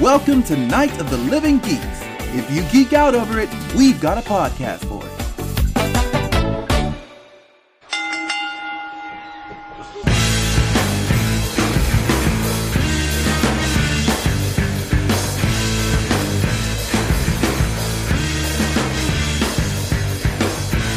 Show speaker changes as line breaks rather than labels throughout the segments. Welcome to Night of the Living Geeks. If you geek out over it, we've got a podcast for it.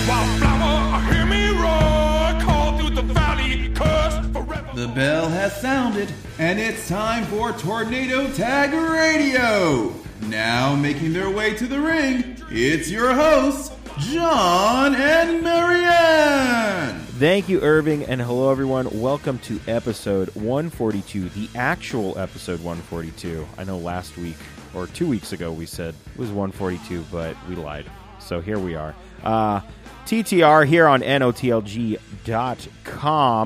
Wildflower, hear me roar, call through the valley, cursed forever.
The bell has sounded.
And it's time for Tornado Tag Radio! Now making their way to the ring, it's your hosts, John and Marianne!
Thank you, Irving, and hello, everyone. Welcome to episode 142, the actual episode 142. I know last week or two weeks ago we said it was 142, but we lied. So here we are. Uh, TTR here on NOTLG.com.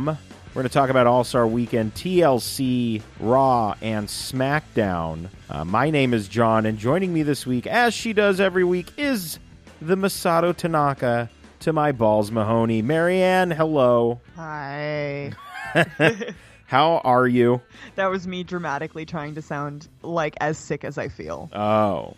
We're going to talk about All Star Weekend, TLC, Raw, and SmackDown. Uh, my name is John, and joining me this week, as she does every week, is the Masato Tanaka to my balls Mahoney. Marianne, hello.
Hi.
How are you?
That was me dramatically trying to sound like as sick as I feel.
Oh,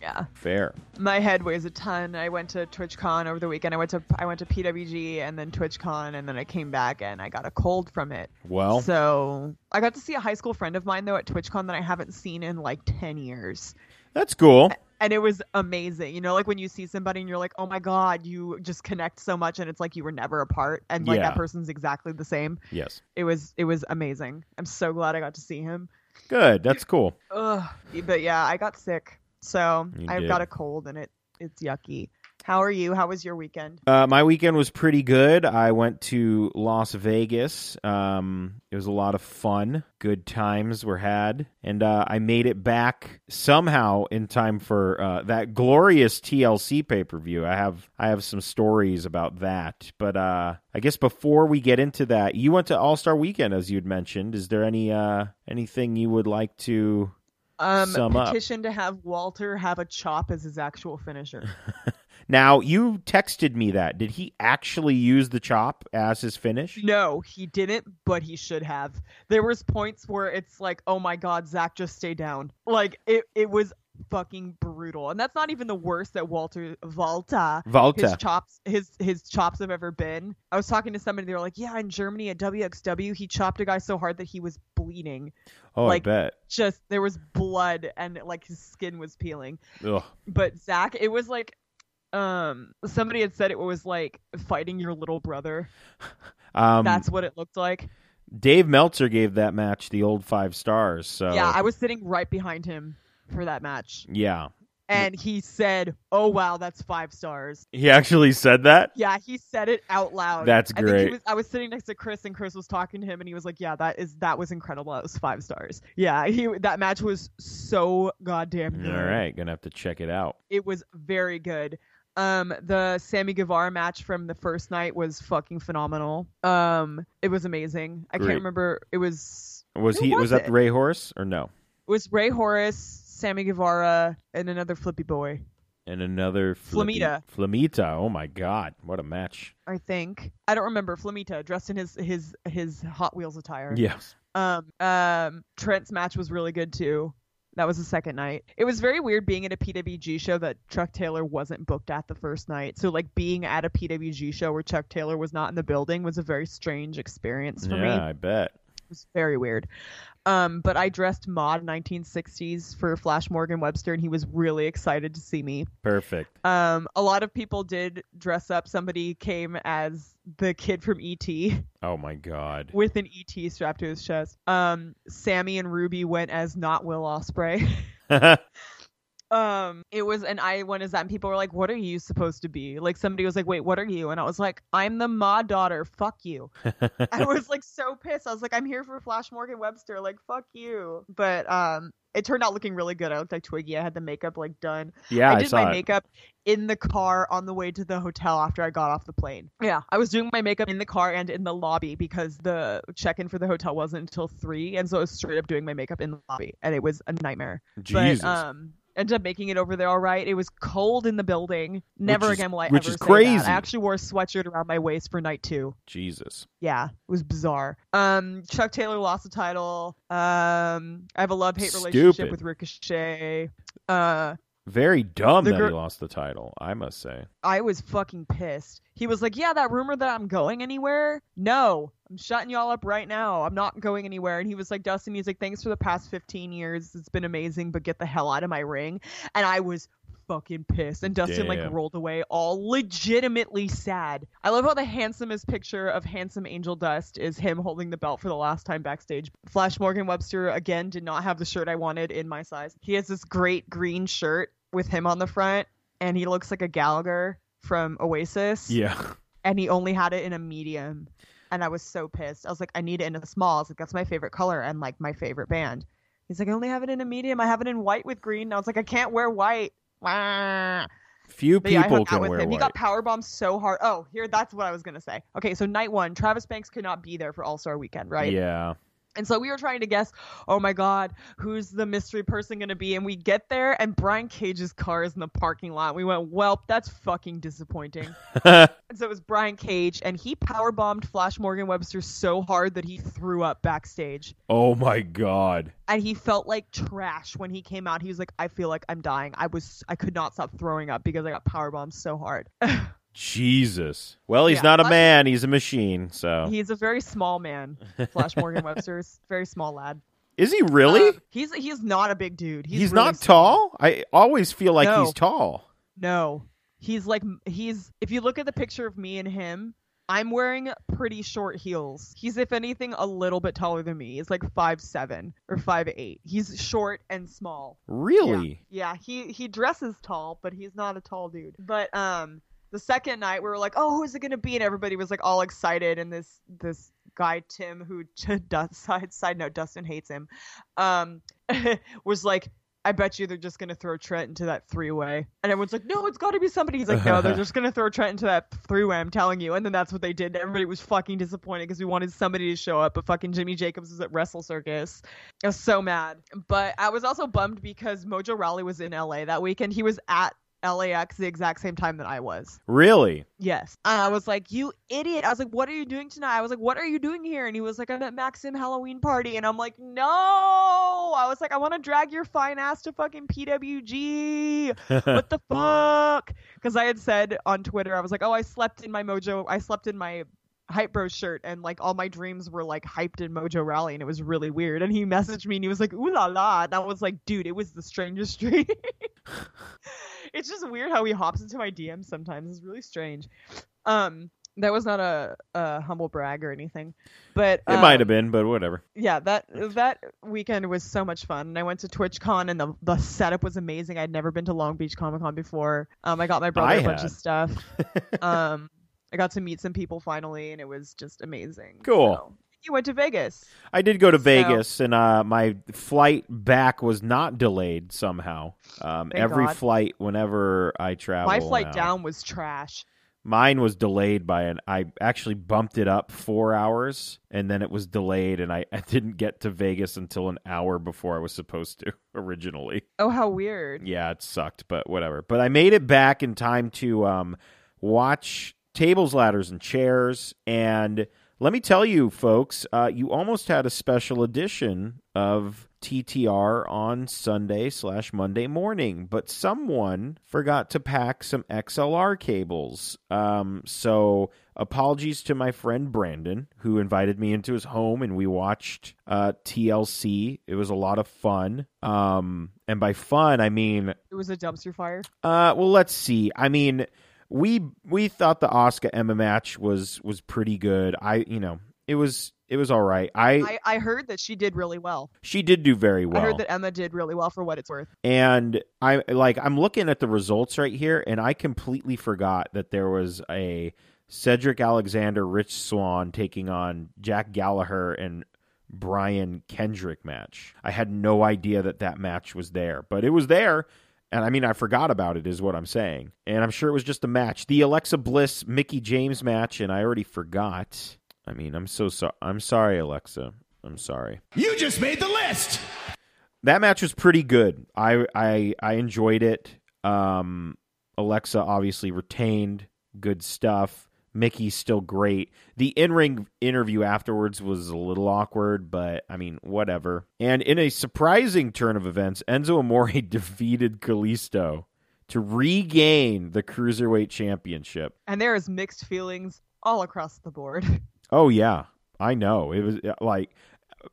Yeah.
fair.
My head weighs a ton. I went to TwitchCon over the weekend. I went to I went to PWG and then TwitchCon and then I came back and I got a cold from it.
Well,
So I got to see a high school friend of mine though at TwitchCon that I haven't seen in like ten years.
that's cool.
And it was amazing. You know, like when you see somebody and you're like, Oh my god, you just connect so much and it's like you were never apart and like
Yeah.
that person's exactly the same.
Yes.
It was it was amazing. I'm so glad I got to see him.
Good. That's cool.
Ugh. But yeah, I got sick, so
You
I've
did.
got a cold and it it's yucky. How are you? How was your weekend?
Uh, my weekend was pretty good. I went to Las Vegas. Um, it was a lot of fun. Good times were had. And uh, I made it back somehow in time for uh, that glorious TLC pay per view. I have I have some stories about that. But uh, I guess before we get into that, you went to All Star Weekend as you'd mentioned. Is there any uh, anything you would like to?
Um,
Sum up.
petition to have Walter have a chop as his actual finisher.
Now you texted me that. Did he actually use the chop as his finish?
no, he didn't, but he should have. There was points where it's like, oh my god, Zach, just stay down. Like it it was fucking brutal, and that's not even the worst that Walter Volta
Volta.
his chops his his chops have ever been. I was talking to somebody, they were like, Yeah, in Germany at WXW he chopped a guy so hard that he was bleeding.
Oh,
Like-
I bet.
Just there was blood and like his skin was peeling.
Ugh.
But Zach, it was like um somebody had said it was like fighting your little brother.
Um,
That's what it looked like.
Dave Meltzer gave that match the old five stars. So
Yeah, I was sitting right behind him for that match.
yeah,
And he said, Oh wow, that's five stars.
he actually said that.
Yeah, he said it out loud.
That's
I, think
great.
he was, I was sitting next to Chris, and Chris was talking to him, and he was like, "Yeah, that is that was incredible. That was five stars. Yeah, he that match was so goddamn good.
All right, gonna have to check it out.
It was very good. Um, the Sammy Guevara match from the first night was fucking phenomenal. Um, it was amazing. I
Great.
can't remember. It was
Was
Who
he?
was
Was that
it?
Ray Horse or no?
it was Ray Horace, Sammy Guevara, and another Flippy Boy.
And another flippy-
Flamita.
Flamita. Oh my God, what a match!
I think I don't remember Flamita dressed in his his his Hot Wheels attire.
Yes.
Um, um, Trent's match was really good too. That was the second night. It was very weird being at a PWG show that Chuck Taylor wasn't booked at the first night. So like being at a PWG show where Chuck Taylor was not in the building was a very strange experience for
yeah,
me.
I bet.
It was very weird. Um, but I dressed mod 1960s for Flash Morgan Webster, and he was really excited to see me.
Perfect.
Um, a lot of people did dress up. Somebody came as the kid from E ET
Oh my God.
with an ET strapped to his chest. Um, Sammy and Ruby went as not Will Osprey. um, it was an I went as that, and people were like, "What are you supposed to be?" Like somebody was like, "Wait, what are you?" And I was like, "I'm the Ma daughter. Fuck you." I was like so pissed. I was like, "I'm here for Flash Morgan Webster. Like fuck you." But um, it turned out looking really good. I looked like Twiggy. I had the makeup like done.
yeah, I,
I did
saw
my
it.
makeup in the car on the way to the hotel after I got off the plane. Yeah, I was doing my makeup in the car and in the lobby because the check-in for the hotel wasn't until three, and so I was straight up doing my makeup in the lobby, and it was a nightmare.
Jesus.
But um, Ended up making it over there all right. It was cold in the building. Never
is-
again will I
which
ever
is
say that.
crazy.
I actually wore a sweatshirt around my waist for night two.
Jesus.
Yeah, it was bizarre. Um, Chuck Taylor lost the title. Um, I have a love hate
Stupid.
relationship with Ricochet. Uh,
Very dumb
The
that he
gir-
lost the title, I must say.
I was fucking pissed. He was like, "Yeah, that rumor that I'm going anywhere? No, I'm shutting y'all up right now. I'm not going anywhere." And he was like, "Dustin, music, thanks for the past 15 years. It's been amazing, but get the hell out of my ring." And I was fucking pissed. And Dustin like
Damn.
rolled away, all legitimately sad. I love how the handsomest picture of handsome Angel Dust is him holding the belt for the last time backstage. Flash Morgan Webster again did not have the shirt I wanted in my size. He has this great green shirt with him on the front and he looks like a Gallagher from Oasis.
Yeah.
And he only had it in a medium. And I was so pissed. I was like, I need it in a small. I was like, that's my favorite color and like my favorite band. He's like, I only have it in a medium. I have it in white with green. And I was like, I can't wear white. Wah.
Few
But yeah, I hung
people
out
can
with
wear
him. He
white.
got powerbombed so hard. Oh, here, that's what I was gonna say. Okay, so night one, Travis Banks could not be there for All Star Weekend, right?
Yeah.
And so we were trying to guess, oh my God, who's the mystery person going to be? And we get there, and Brian Cage's car is in the parking lot. We went, well, that's fucking disappointing. and so it was Brian Cage, and he powerbombed Flash Morgan Webster so hard that he threw up backstage.
Oh my god.
And he felt like trash when he came out. He was like, I feel like I'm dying. I was, I could not stop throwing up because I got powerbombed so hard.
Jesus. Well, he's
Yeah,
not a
luckily-
man, he's a machine, so.
He's a very small man, Flash Morgan Webster's very small lad.
Is he really?
Uh, he's he's not a big dude.
he's
He's, really
not
small.
tall? I always feel like
No.
he's tall.
No. He's like he's if you look at the picture of me and him, I'm wearing pretty short heels. He's if anything a little bit taller than me. He's like five seven or five eight. He's short and small.
Really?
Yeah, he he dresses tall, but he's not a tall dude. But um the second night we were like, "Oh, who's it going to be?" and everybody was like all excited and this this guy Tim who Dust- side side note Dustin hates him. Um was like I bet you they're just going to throw Trent into that three way. And everyone's like, no, it's got to be somebody. He's like, no, they're just going to throw Trent into that three way, I'm telling you. And then that's what they did. Everybody was fucking disappointed because we wanted somebody to show up, but fucking Jimmy Jacobs was at Wrestle Circus. I was so mad. But I was also bummed because Mojo Raleigh was in LA that weekend. He was at LAX the exact same time that I was.
Really?
Yes. And I was like, you idiot. I was like, what are you doing tonight? I was like, what are you doing here? And he was like, I'm at Maxim Halloween party. And I'm like, no. I was like, I want to drag your fine ass to fucking PWG. What the fuck? Because I had said on Twitter, I was like, oh, I slept in my mojo. I slept in my hype bro shirt and like all my dreams were like hyped in mojo rally and it was really weird and he messaged me and he was like ooh la la and i was like dude it was the strangest dream it's just weird how he hops into my dms sometimes it's really strange um that was not a, a humble brag or anything but
It
um,
might have been, but whatever.
yeah that that weekend was so much fun and i went to twitchcon and the, the setup was amazing i'd never been to long beach comic-con before um i got my brother
I
a bunch
had.
of stuff um i got to meet some people finally and it was just amazing
Cool.
So, you went to vegas
I did go to
So-
Vegas, and uh, my flight back was not delayed somehow. Um,
Thank
every
God.
flight, whenever I travel,
my flight
now-
down was trash
mine was delayed by an. I actually bumped it up four hours, and then it was delayed, and I, I didn't get to Vegas until an hour before I was supposed to originally.
oh how weird
Yeah, it sucked, but whatever. But I made it back in time to um, watch tables, ladders, and chairs. And let me tell you, folks, uh, you almost had a special edition of TTR on Sunday slash Monday morning, but someone forgot to pack some XLR cables. Um, so apologies to my friend Brandon, who invited me into his home and we watched uh, TLC. It was a lot of fun. Um, and by fun, I mean
it was a dumpster fire
uh, well, let's see. I mean, we we thought the Oscar Emma match was was pretty good. I you know it was it was all right. I,
i i heard that she did really well,
she did do very well.
i heard that emma did really well for what it's worth
and I like I'm looking at the results right here, and I completely forgot that there was a Cedric Alexander Rich Swan taking on Jack Gallagher and Brian Kendrick match. I had no idea that that match was there, but it was there. And I mean, I forgot about it, is what I'm saying. And I'm sure it was just a match. The Alexa Bliss Mickey James match, and I already forgot. I mean, I'm so sorry. I'm sorry, Alexa. I'm sorry.
You just made the list.
that match was pretty good. I I I enjoyed it. Um, Alexa obviously retained. Good stuff. Mickey's still great. The in ring interview afterwards was a little awkward, but I mean, whatever. And in a surprising turn of events, Enzo Amore defeated Kalisto to regain the Cruiserweight Championship.
And there is mixed feelings all across the board.
Oh yeah, I know. It was uh, like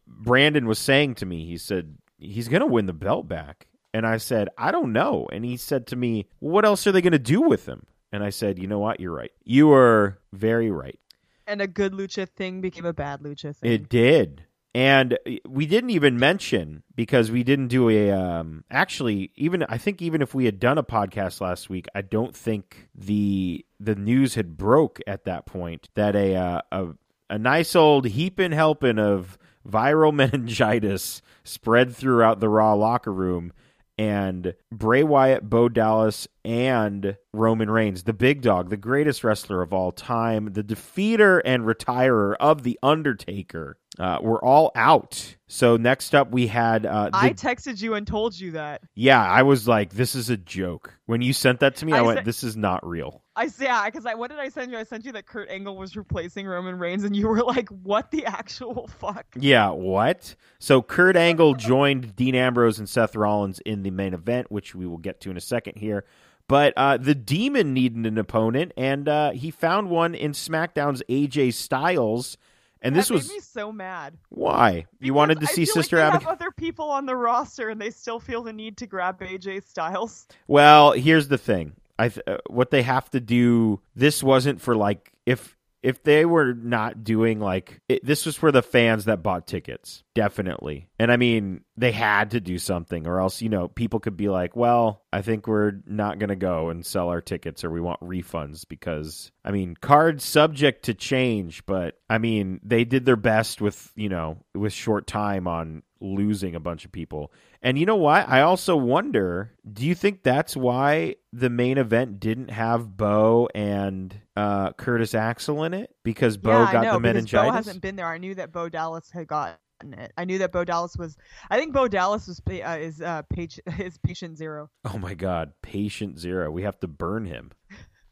Brandon was saying to me. He said he's going to win the belt back, and I said I don't know. And he said to me, "What else are they going to do with him?" And I said, "You know what? You're right. You are very right.
And a good lucha thing became a bad lucha thing.
It did." And uh, we didn't even mention because we didn't do a. Um, actually, even I think even if we had done a podcast last week, I don't think the the news had broke at that point that a uh, a, a nice old heaping helping of viral meningitis spread throughout the Raw locker room, and Bray Wyatt, Bo Dallas, and Roman Reigns, the big dog, the greatest wrestler of all time, the defeater and retirer of The Undertaker, uh, were all out. So next up, we had. Uh, the-
I texted you and told you that.
yeah, I was like, this is a joke. When you sent that to me, I,
I
went,
said-
this is not real.
I yeah, because I what did I send you? I sent you that Kurt Angle was replacing Roman Reigns, and you were like, "What the actual fuck?"
Yeah, what? So Kurt Angle joined Dean Ambrose and Seth Rollins in the main event, which we will get to in a second here. But uh, the Demon needed an opponent, and uh, he found one in SmackDown's AJ Styles. And this
that
was
made me so mad.
why you wanted to
Because I
see
feel
Sister
like they
Abigail.
Have other people on the roster, and they still feel the need to grab AJ Styles.
Well, here's the thing. I th- uh, what they have to do. This wasn't for like if if they were not doing like it, this was for the fans that bought tickets, definitely. And I mean, they had to do something, or else you know people could be like, well, I think we're not gonna go and sell our tickets, or we want refunds because I mean, cards subject to change, but I mean, they did their best with you know with short time on losing a bunch of people. And you know what? I also wonder do you think that's why the main event didn't have Bo and uh, Curtis Axel in it? Because Bo
yeah,
got
I know,
the
because
meningitis?
Bo hasn't been there. I knew that Bo Dallas had gotten it. I knew that Bo Dallas was. I think Bo Dallas was pa- uh, is uh, page is patient zero.
oh my God. Patient zero. We have to burn him.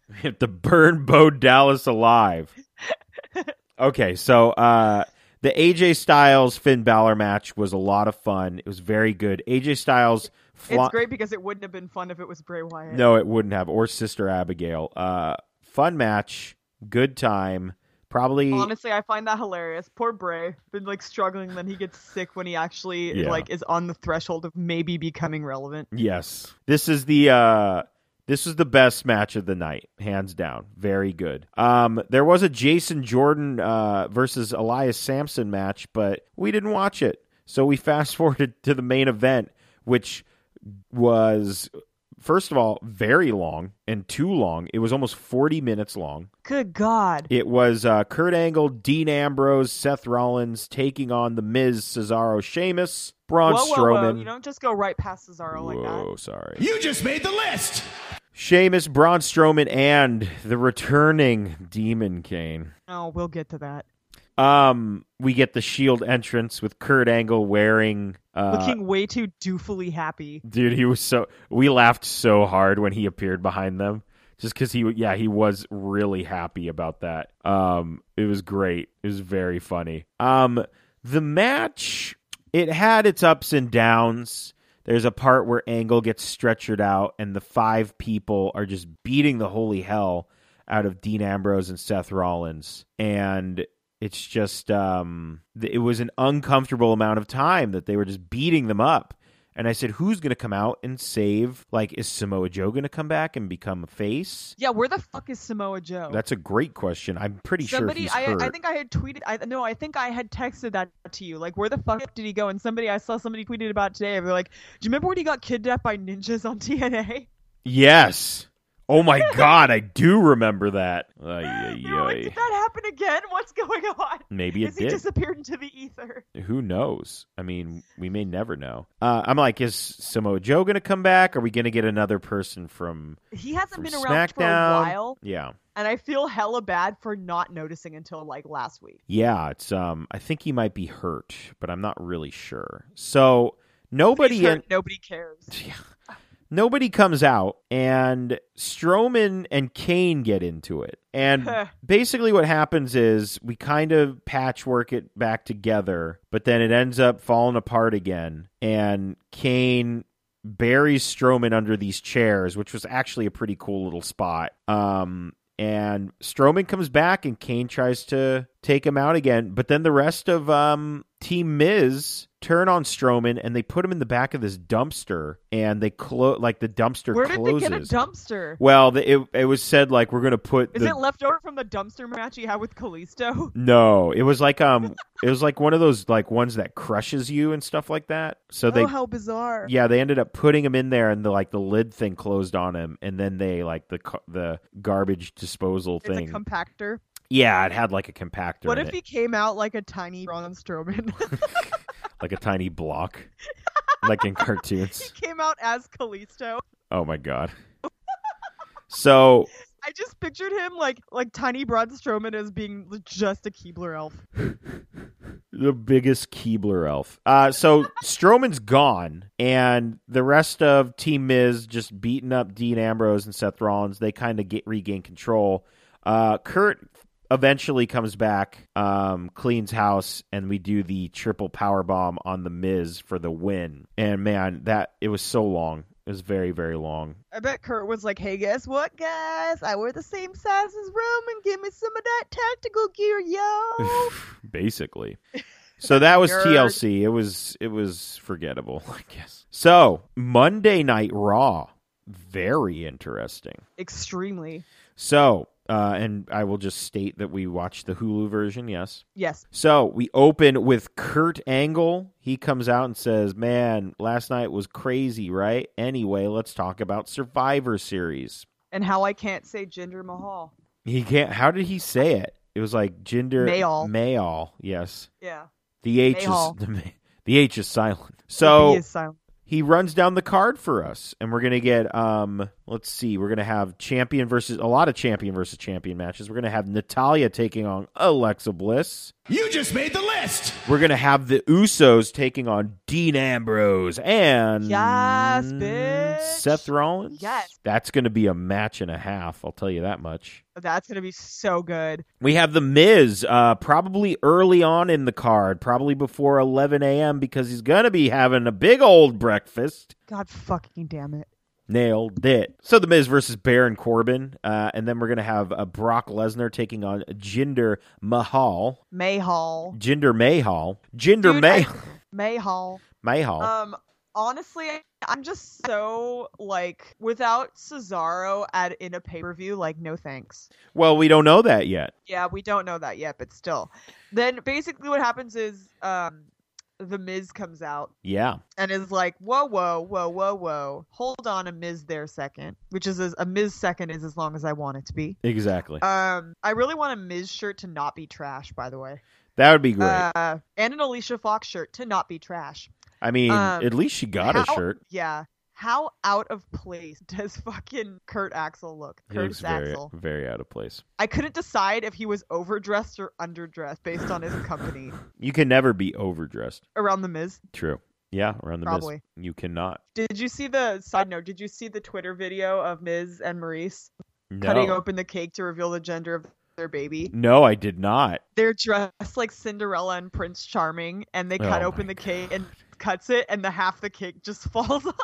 We have to burn Bo Dallas alive. okay, so uh, the AJ Styles Finn Balor match was a lot of fun. It was very good. AJ Styles. fla-
It's great because it wouldn't have been fun if it was Bray Wyatt.
No, it wouldn't have. Or Sister Abigail. Uh, fun match, good time. Probably.
Honestly, I find that hilarious. Poor Bray, been like struggling, then he gets sick when he actually
Yeah.
like is on the threshold of maybe becoming relevant.
Yes, this is the uh, this is the best match of the night, hands down. Very good. Um, there was a Jason Jordan uh, versus Elias Sampson match, but we didn't watch it, so we fast forwarded to the main event, which was first of all very long and too long. It was almost forty minutes long.
Good God.
It was uh, Kurt Angle, Dean Ambrose, Seth Rollins taking on the Miz, Cesaro, Sheamus, Braun
whoa, whoa,
Strowman.
whoa! You don't just go right past Cesaro like that.
Whoa, sorry.
You just made the list.
Sheamus, Braun Strowman, and the returning Demon Kane.
No, we'll get to that.
Um, we get the Shield entrance with Kurt Angle wearing. Uh,
Looking way too doofily happy.
dude, he was so. We laughed so hard when he appeared behind them, just because he. Yeah, he was really happy about that. Um, it was great. It was very funny. Um, the match it had its ups and downs. There's a part where Angle gets stretchered out, and the five people are just beating the holy hell out of Dean Ambrose and Seth Rollins. And it's just, um, th- it was an uncomfortable amount of time that they were just beating them up. And I said, who's going to come out and save? Like, is Samoa Joe going to come back and become a face?
Yeah, where the fuck is Samoa Joe?
That's a great question. I'm pretty
Oh. somebody
sure he's
I,
hurt.
I think I had tweeted I no, I think I had texted that to you. Like where the fuck did he go? And somebody I saw somebody tweeted about it today. They're like, Do you remember when he got kidnapped by ninjas on TNA?
yes. Oh my God, I do remember that. Ay, ay,
They were like,
ay.
Did that happen again? What's going on?
Maybe it
Has he
did.
disappeared into the ether?
who knows? I mean, we may never know. Uh, I'm like, is Samoa Joe going to come back? Are we going to get another person from
He hasn't
from
been around for
SmackDown?
a while,
Yeah,
and I feel hella bad for not noticing until like last week.
yeah. It's um, I think he might be hurt, but I'm not really sure. So Nobody
Sure,
in,
nobody cares.
nobody comes out, and Strowman and Kane get into it. And basically, what happens is we kind of patchwork it back together, but then it ends up falling apart again. And Kane buries Strowman under these chairs, which was actually a pretty cool little spot. Um, and Strowman comes back, and Kane tries to take him out again. But then the rest of um, Team Miz turn on Strowman, and they put him in the back of this dumpster, and they close like the dumpster
Where did
closes.
they get a dumpster?
well, the, it it was said like we're gonna put
Is
the
it left over from the dumpster match you had with Callisto?
no, it was like um, it was like one of those like ones that crushes you and stuff like that. So they
oh, how bizarre!
yeah, they ended up putting him in there, and the like the lid thing closed on him, and then they like the co- the garbage disposal
it's
thing.
a compactor.
yeah, it had like a compactor,
What
in
if
it,
he came out like a tiny Braun Strowman?
like a tiny block, like in cartoons.
came out as Callisto.
Oh my god. So
I just pictured him like like tiny Braun Strowman as being just a Keebler elf.
the biggest Keebler elf. Uh, so Strowman's gone, and the rest of Team Miz just beating up Dean Ambrose and Seth Rollins. They kind of get regain control. Uh, Kurt eventually comes back, um, cleans house, and we do the triple power bomb on the Miz for the win. And man, that it was so long. It was very very long.
I bet Kurt was like, "Hey, guess what, guys? I wear the same size as Roman. Give me some of that tactical gear, yo."
basically. So that was
Nerd.
TLC. It was it was forgettable, I guess. So Monday Night Raw, very interesting.
Extremely.
So uh, and I will just state that we watched the Hulu version. Yes.
Yes.
So we open with Kurt Angle. He comes out and says, "Man, last night was crazy, right? Anyway, let's talk about Survivor Series."
And how I can't say Jinder Mahal.
He can't. How did he say it? It was like gender
Mayall.
Mayall. Yes.
Yeah.
The H is
Mayhall.
the, ma- the H is silent.
He
So
is silent.
he runs down the card for us, and we're gonna get um. Let's see, we're gonna have champion versus a lot of champion versus champion matches. We're gonna have Natalia taking on Alexa Bliss.
You just made the list.
We're gonna have the Usos taking on Dean Ambrose and
Yes, bitch.
Seth Rollins.
Yes.
that's gonna be a match and a half. I'll tell you that much.
That's gonna be so good.
We have the Miz, uh, probably early on in the card, probably before 11 a.m. because he's gonna be having a big old breakfast.
God fucking damn it.
Nailed it. So the Miz versus Baron Corbin, uh, and then we're gonna have uh, Brock Lesnar taking on Jinder Mahal,
Mayhall.
Jinder Mahal, Jinder
Dude,
May-
Mayhall.
Mahal.
Um, honestly, I'm just so like without Cesaro at in a pay per view, like no thanks.
well, we don't know that yet.
Yeah, we don't know that yet, but still. Then basically, what happens is um, the Miz comes out
Yeah,
and is like, "Whoa, whoa, whoa, whoa, whoa! Hold on, a Miz there second, which is as, a Miz second is as long as I want it to be."
exactly.
Um, I really want a Miz shirt to not be trash, by the way.
that would be great.
Uh, and an Alicia Fox shirt to not be trash.
I mean,
um,
at least she got her
How-
shirt.
Yeah. How out of place does fucking Kurt Axel look?
He looks
Curtis
very,
Axel.
very out of place.
I couldn't decide if he was overdressed or underdressed based on his company.
You can never be overdressed.
Around the Miz.
True. Yeah, around the
Probably.
Miz, you cannot.
Did you see the side note? Did you see the Twitter video of Miz and Maurice
No,
cutting open the cake to reveal the gender of their baby?
no, I did not.
They're dressed like Cinderella and Prince Charming, and they cut
Oh
open
my
the cake and cuts it, and the half the cake just falls off.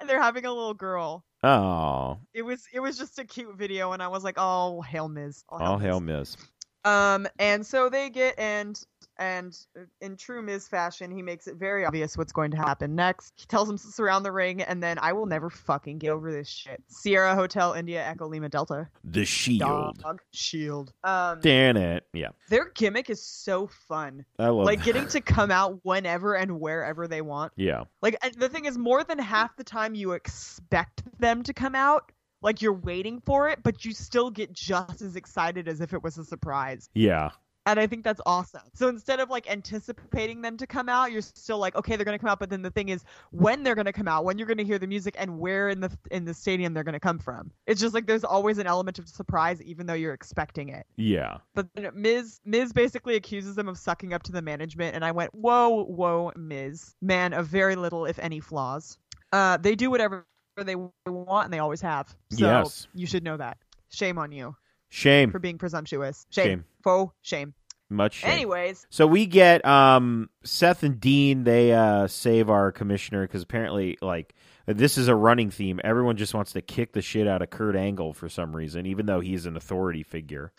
and they're having a little girl.
Oh,
It was it was just a cute video, and I was like, "Oh, hail Miz! All
all hail Miz.
Um, and so they get and and in true Miz fashion, he makes it very obvious what's going to happen next. He tells him to surround the ring, and then I will never fucking get over this shit. Sierra Hotel, India, Echo Lima Delta,
The Shield.
dog shield. Um,
Damn it. Yeah,
their gimmick is so fun.
I love
Like
that.
getting to come out whenever and wherever they want.
Yeah.
Like and the thing is, more than half the time you expect them to come out. Like you're waiting for it, but you still get just as excited as if it was a surprise.
Yeah.
And I think that's awesome. So instead of like anticipating them to come out, you're still like, okay, they're going to come out. But then the thing is, when they're going to come out, when you're going to hear the music, and where in the in the stadium they're going to come from. It's just like there's always an element of surprise, even though you're expecting it.
Yeah.
But then Miz Miz basically accuses them of sucking up to the management, and I went, "Whoa, whoa, Miz, man of very little, if any, flaws. Uh, they do whatever they want, and they always have. So
Yes.
you should know that. Shame on you
Shame.
for being presumptuous. Shame,
Shame.
faux shame.
Much shame.
Anyways,
So we get um, Seth and Dean. They uh, save our commissioner because apparently, like, this is a running theme. Everyone just wants to kick the shit out of Kurt Angle for some reason, even though he's an authority figure.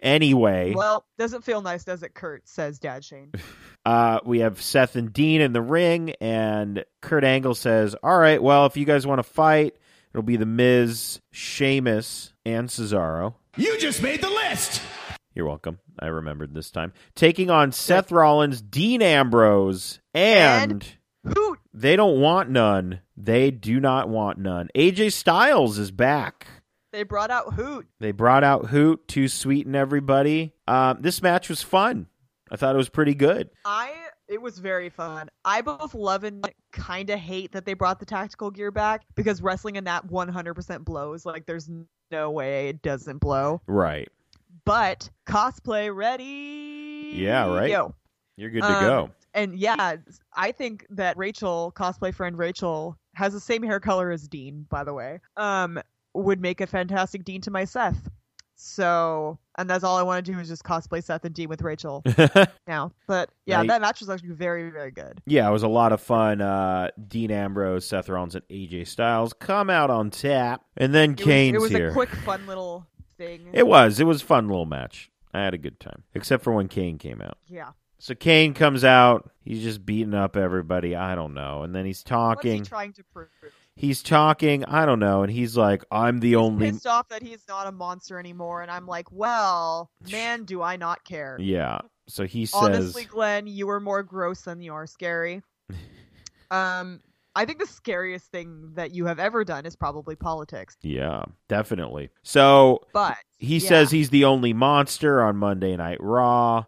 Anyway,
well, doesn't feel nice, does it? Kurt says, Dad Shane.
uh, we have Seth and Dean in the ring, and Kurt Angle says, "All right, well, if you guys want to fight, it'll be the Miz, Sheamus, and Cesaro."
You just made the list!
You're welcome. I remembered this time. Taking on Seth Rollins, Dean Ambrose, and,
And- Hoot!
they don't want none. They do not want none. AJ Styles is back.
They brought out Hoot.
They brought out Hoot to sweeten everybody. Uh, this match was fun. I thought it was pretty good.
I it was very fun. I both love and kind of hate that they brought the tactical gear back because wrestling in that 100% blows. Like there's no way it doesn't blow.
Right.
But cosplay ready.
Yeah, right?
Yo.
You're good
Um, And yeah, I think that Rachel, cosplay friend Rachel, has the same hair color as Dean, by the way. Um, would make a fantastic Dean to my Seth. So, and that's all I want to do is just cosplay Seth and Dean with Rachel
go.
now. But yeah,
Right.
that match was actually very, very good.
yeah, it was a lot of fun. Uh, Dean Ambrose, Seth Rollins, and AJ Styles come out on tap. And then
It was-
Kane's
it was
here.
a quick, fun little thing.
it was. It was a fun little match. I had a good time. Except for when Kane came out.
yeah.
So Kane comes out. He's just beating up everybody. I don't know. And then he's
What's he
talking.
trying to prove?
he's talking i don't know and he's like i'm the only
Pissed off that he's not a monster anymore, and I'm like, well, man, do I not care.
yeah so he says
Honestly, Glenn, you were more gross than you are scary. um, I think the scariest thing that you have ever done is probably politics.
yeah definitely so
But
he
yeah.
says he's the only monster on monday night raw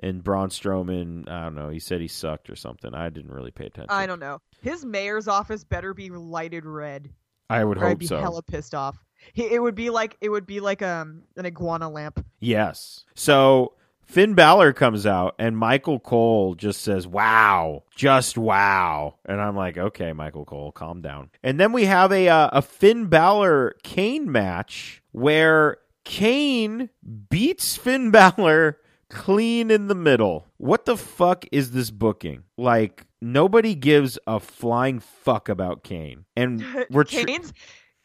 and Braun Strowman, I don't know. He said he sucked or something. I didn't really pay attention.
I don't know. His mayor's office better be lighted red.
I would
Or I'd
hope
be
so.
hella pissed off. He, it would be like it would be like um an iguana lamp.
Yes. So Finn Balor comes out and Michael Cole just says, "Wow, just wow," and I'm like, "Okay, Michael Cole, calm down." And then we have a uh, a Finn Balor Kane match where Kane beats Finn Balor clean in the middle. What the fuck is this booking? Like nobody gives a flying fuck about Kane, and we're tr-
Kane's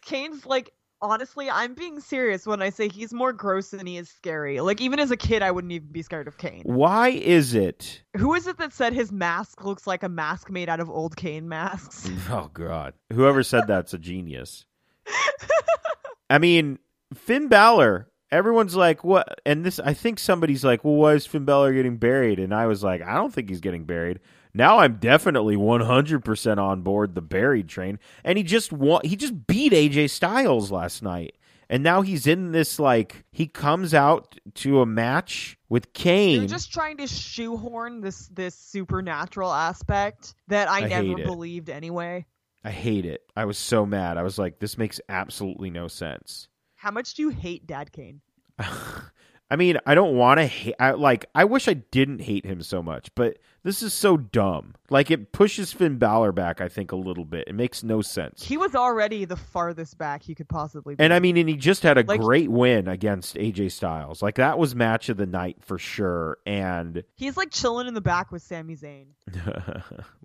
Kane's like honestly, I'm being serious when I say he's more gross than he is scary. Like even as a kid, I wouldn't even be scared of Kane.
why is it
Who is it that said his mask looks like a mask made out of old Kane masks?
Oh God! Whoever said that's a genius. I mean, Finn Balor. Everyone's like, "What?" And this, I think somebody's like, "Well, why is Finn Balor getting buried?" And I was like, "I don't think he's getting buried." Now I'm definitely 100 percent on board the buried train. And he just won. He just beat AJ Styles last night, and now he's in this like he comes out to a match with
They're
Kane.
just trying to shoehorn this this supernatural aspect that I,
I
never
hate it.
believed anyway.
I hate it. I was so mad. I was like, "This makes absolutely no sense."
How much do you hate Dad Kane?
I mean, I don't want to hate. I, like, I wish I didn't hate him so much, but this is so dumb. Like, it pushes Finn Balor back, I think, a little bit. It makes no sense.
He was already the farthest back he could possibly be.
And I mean, and he just had a
Like-
great win against AJ Styles. Like, that was match of the night for sure. And
He's like chilling in the back with Sami Zayn.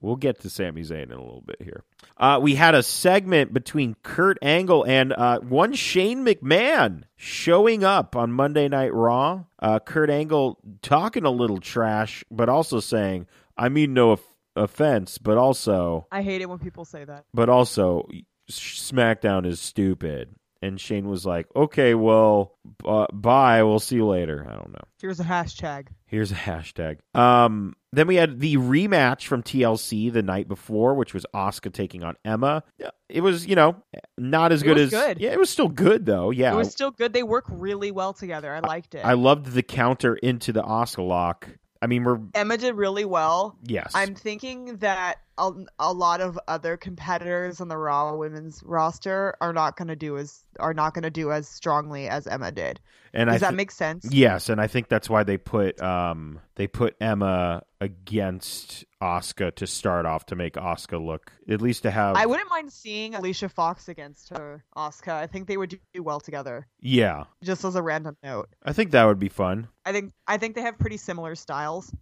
we'll get to Sami Zayn in a little bit here. Uh, we had a segment between Kurt Angle and uh, one Shane McMahon showing up on Monday Night Raw. Uh, Kurt Angle talking a little trash, but also saying, "I mean no of- offense, but also,
I hate it when people say that.
but also, SmackDown is stupid." And Shane was like, okay, well, uh, bye. We'll see you later. I don't know.
Here's a hashtag.
Here's a hashtag. Um, then we had the rematch from TLC the night before, which was Oscar taking on Emma. It was, you know, not as
It
good
was
as
good.
yeah, it was still good though. Yeah,
It was still good. They work really well together. I liked it.
I loved the counter into the Oscar lock. I mean, we're
Emma did really well.
yes,
I'm thinking that a, a lot of other competitors on the Raw women's roster are not going to do as are not going to do as strongly as Emma did.
and
Does
I
that
thi-
make sense?
yes, and I think that's why they put um they put Emma against Oscar to start off to make Oscar look at least to have
I wouldn't mind seeing Alicia Fox against her Asuka. I think they would do- do well together.
yeah.
Just as a random note,
I think that would be fun.
I think I think they have pretty similar styles.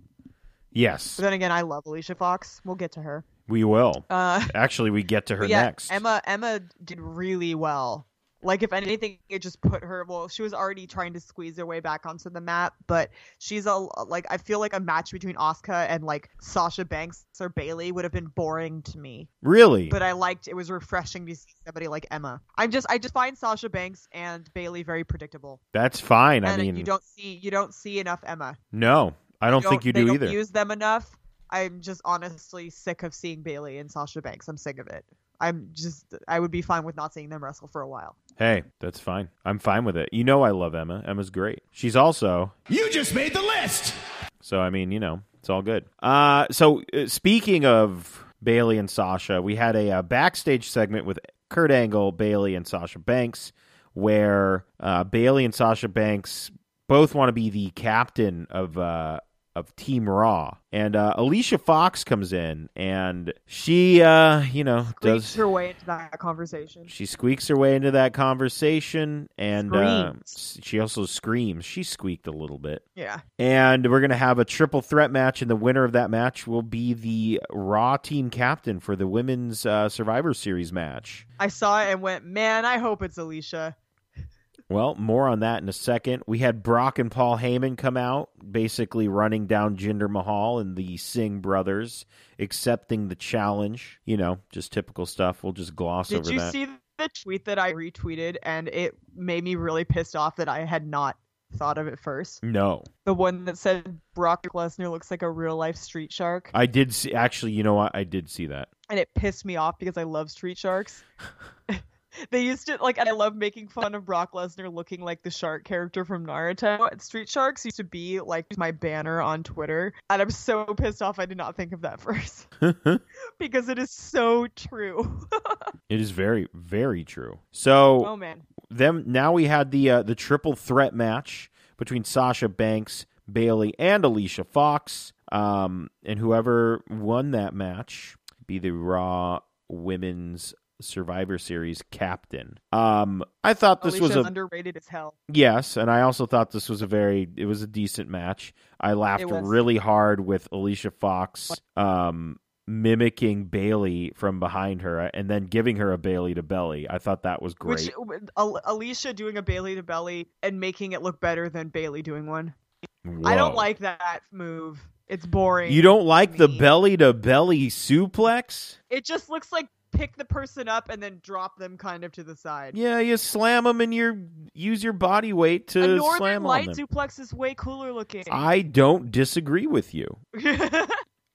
Yes,
But then again, I love Alicia Fox. We'll get to her.
we will.
Uh,
Actually, we get to her
but yeah,
next.
Emma Emma did really well. Like if anything, it just put her. Well, she was already trying to squeeze her way back onto the map, but she's a like I feel like a match between Asuka and like Sasha Banks or Bailey would have been boring to me.
really?
But I liked it was refreshing to see somebody like Emma. I'm just I just find Sasha Banks and Bailey very predictable,
That's fine. I
and
mean,
you don't see you don't see enough Emma.
no, I don't, think you
they
do
don't
either.
Use them enough. I'm just honestly sick of seeing Bailey and Sasha Banks. I'm sick of it. I'm just I would be fine with not seeing them wrestle for a while.
Hey, that's fine. I'm fine with it. You know, I love Emma. Emma's great. She's also
You just made the list!
so. I mean, you know, it's all good. Uh, so uh, speaking of Bailey and Sasha, we had a, uh backstage segment with Kurt Angle, Bailey, and Sasha Banks, where uh, Bailey and Sasha Banks both want to be the captain of uh, of Team Raw, and uh, Alicia Fox comes in, and she, uh, you know,
Squeeze
does
her way into that conversation.
She squeaks her way into that conversation, and uh,
Screams.
s- she also screams. She squeaked a little bit.
Yeah.
And we're going to have a triple threat match, and the winner of that match will be the Raw team captain for the women's uh, Survivor Series match.
I saw it and went, man, I hope it's Alicia.
Well, more on that in a second. We had Brock and Paul Heyman come out, basically running down Jinder Mahal and the Singh brothers, accepting the challenge. You know, just typical stuff. We'll just gloss
Did
over
you
that.
see the tweet that I retweeted and it made me really pissed off that I had not thought of it first?
no.
The one that said Brock Lesnar looks like a real life street shark.
I did see, actually, you know what? I did see that.
and it pissed me off because I love Street Sharks. they used to like, and I love making fun of Brock Lesnar looking like the shark character from Naruto. Street Sharks used to be like my banner on Twitter, and I'm so pissed off I did not think of that first because it is so true.
It is very, very true. So
oh man,
then now we had the uh, the triple threat match between Sasha Banks, Bailey, and Alicia Fox. Um, and whoever won that match be the Raw Women's Survivor Series captain. Um, I thought this
Alicia's
was a
underrated as hell.
yes, and I also thought this was a very it was a decent match. I laughed
It was.
really hard with Alicia Fox. Um. Mimicking Bailey from behind her uh, and then giving her a Bailey to belly. I thought that was great.
Which with Al- Alicia doing a Bailey to belly and making it look better than Bailey doing one. I don't
Whoa.
like that move. It's boring.
You don't like the
Me.
belly to belly suplex?
It just looks like pick the person up and then drop them kind of to the side.
Yeah, you slam them and you use your body weight
a
to
Northern
slam on
Light
them.
suplex is way cooler looking.
I don't disagree with you.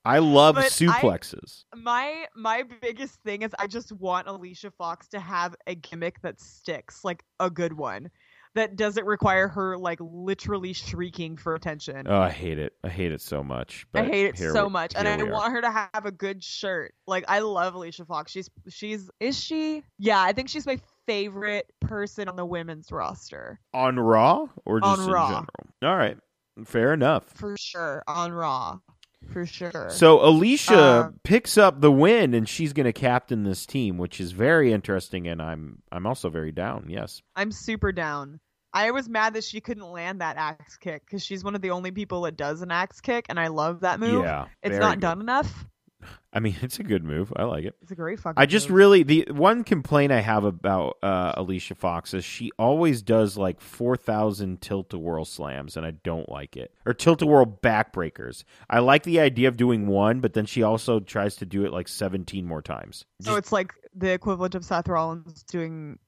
I love
But I-
suplexes.
my my biggest thing is I just want Alicia Fox to have a gimmick that sticks, like a good one, that doesn't require her like literally shrieking for attention.
oh, I hate it. I hate it so much.
I
but
hate it
here
so
we-
much, and
here
I
we are.
want her to have a good shirt. Like I love Alicia Fox. She's she's is she? Yeah, I think she's my favorite person on the women's roster
on Raw or just
On
in
Raw.
general. All right, fair enough.
for sure on Raw, for sure.
So Alicia
Um,
picks up the win, and she's going to captain this team, which is very interesting. And I'm I'm also very down. Yes,
I'm super down. I was mad that she couldn't land that axe kick because she's one of the only people that does an axe kick, and I love that move.
yeah,
it's
very
not
good.
done enough.
I mean, it's a good move. I like it.
It's a great fucking.
I just
move.
really the one complaint I have about uh, Alicia Fox is she always does like four thousand tilt a whirl slams, and I don't like it. Or tilt a whirl backbreakers. I like the idea of doing one, but then she also tries to do it like seventeen more times.
so it's like the equivalent of Seth Rollins doing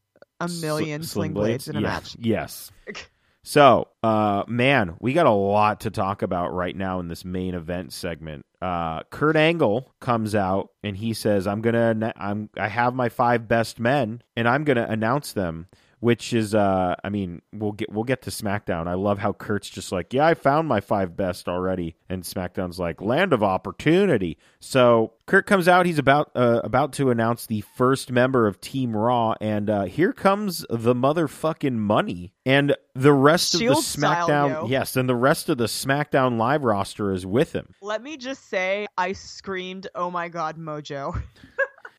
a
Sl-
million sling, blades in a
Yeah.
match.
Yes. So, uh, man, we got a lot to talk about right now in this main event segment. Uh, Kurt Angle comes out and he says, "I'm gonna, ann- I'm, I have my five best men, and I'm gonna announce them." Which is, uh, I mean, we'll get we'll get to SmackDown. I love how Kurt's just like, "Yeah, I found my five best already," and SmackDown's like, "Land of opportunity." So Kurt comes out. He's about uh, about to announce the first member of Team Raw, and uh, here comes the motherfucking money. And the rest of
Shield
the
style,
SmackDown,
yo.
yes, and the rest of the SmackDown live roster is with him.
Let me just say, I screamed, "Oh my god, Mojo!"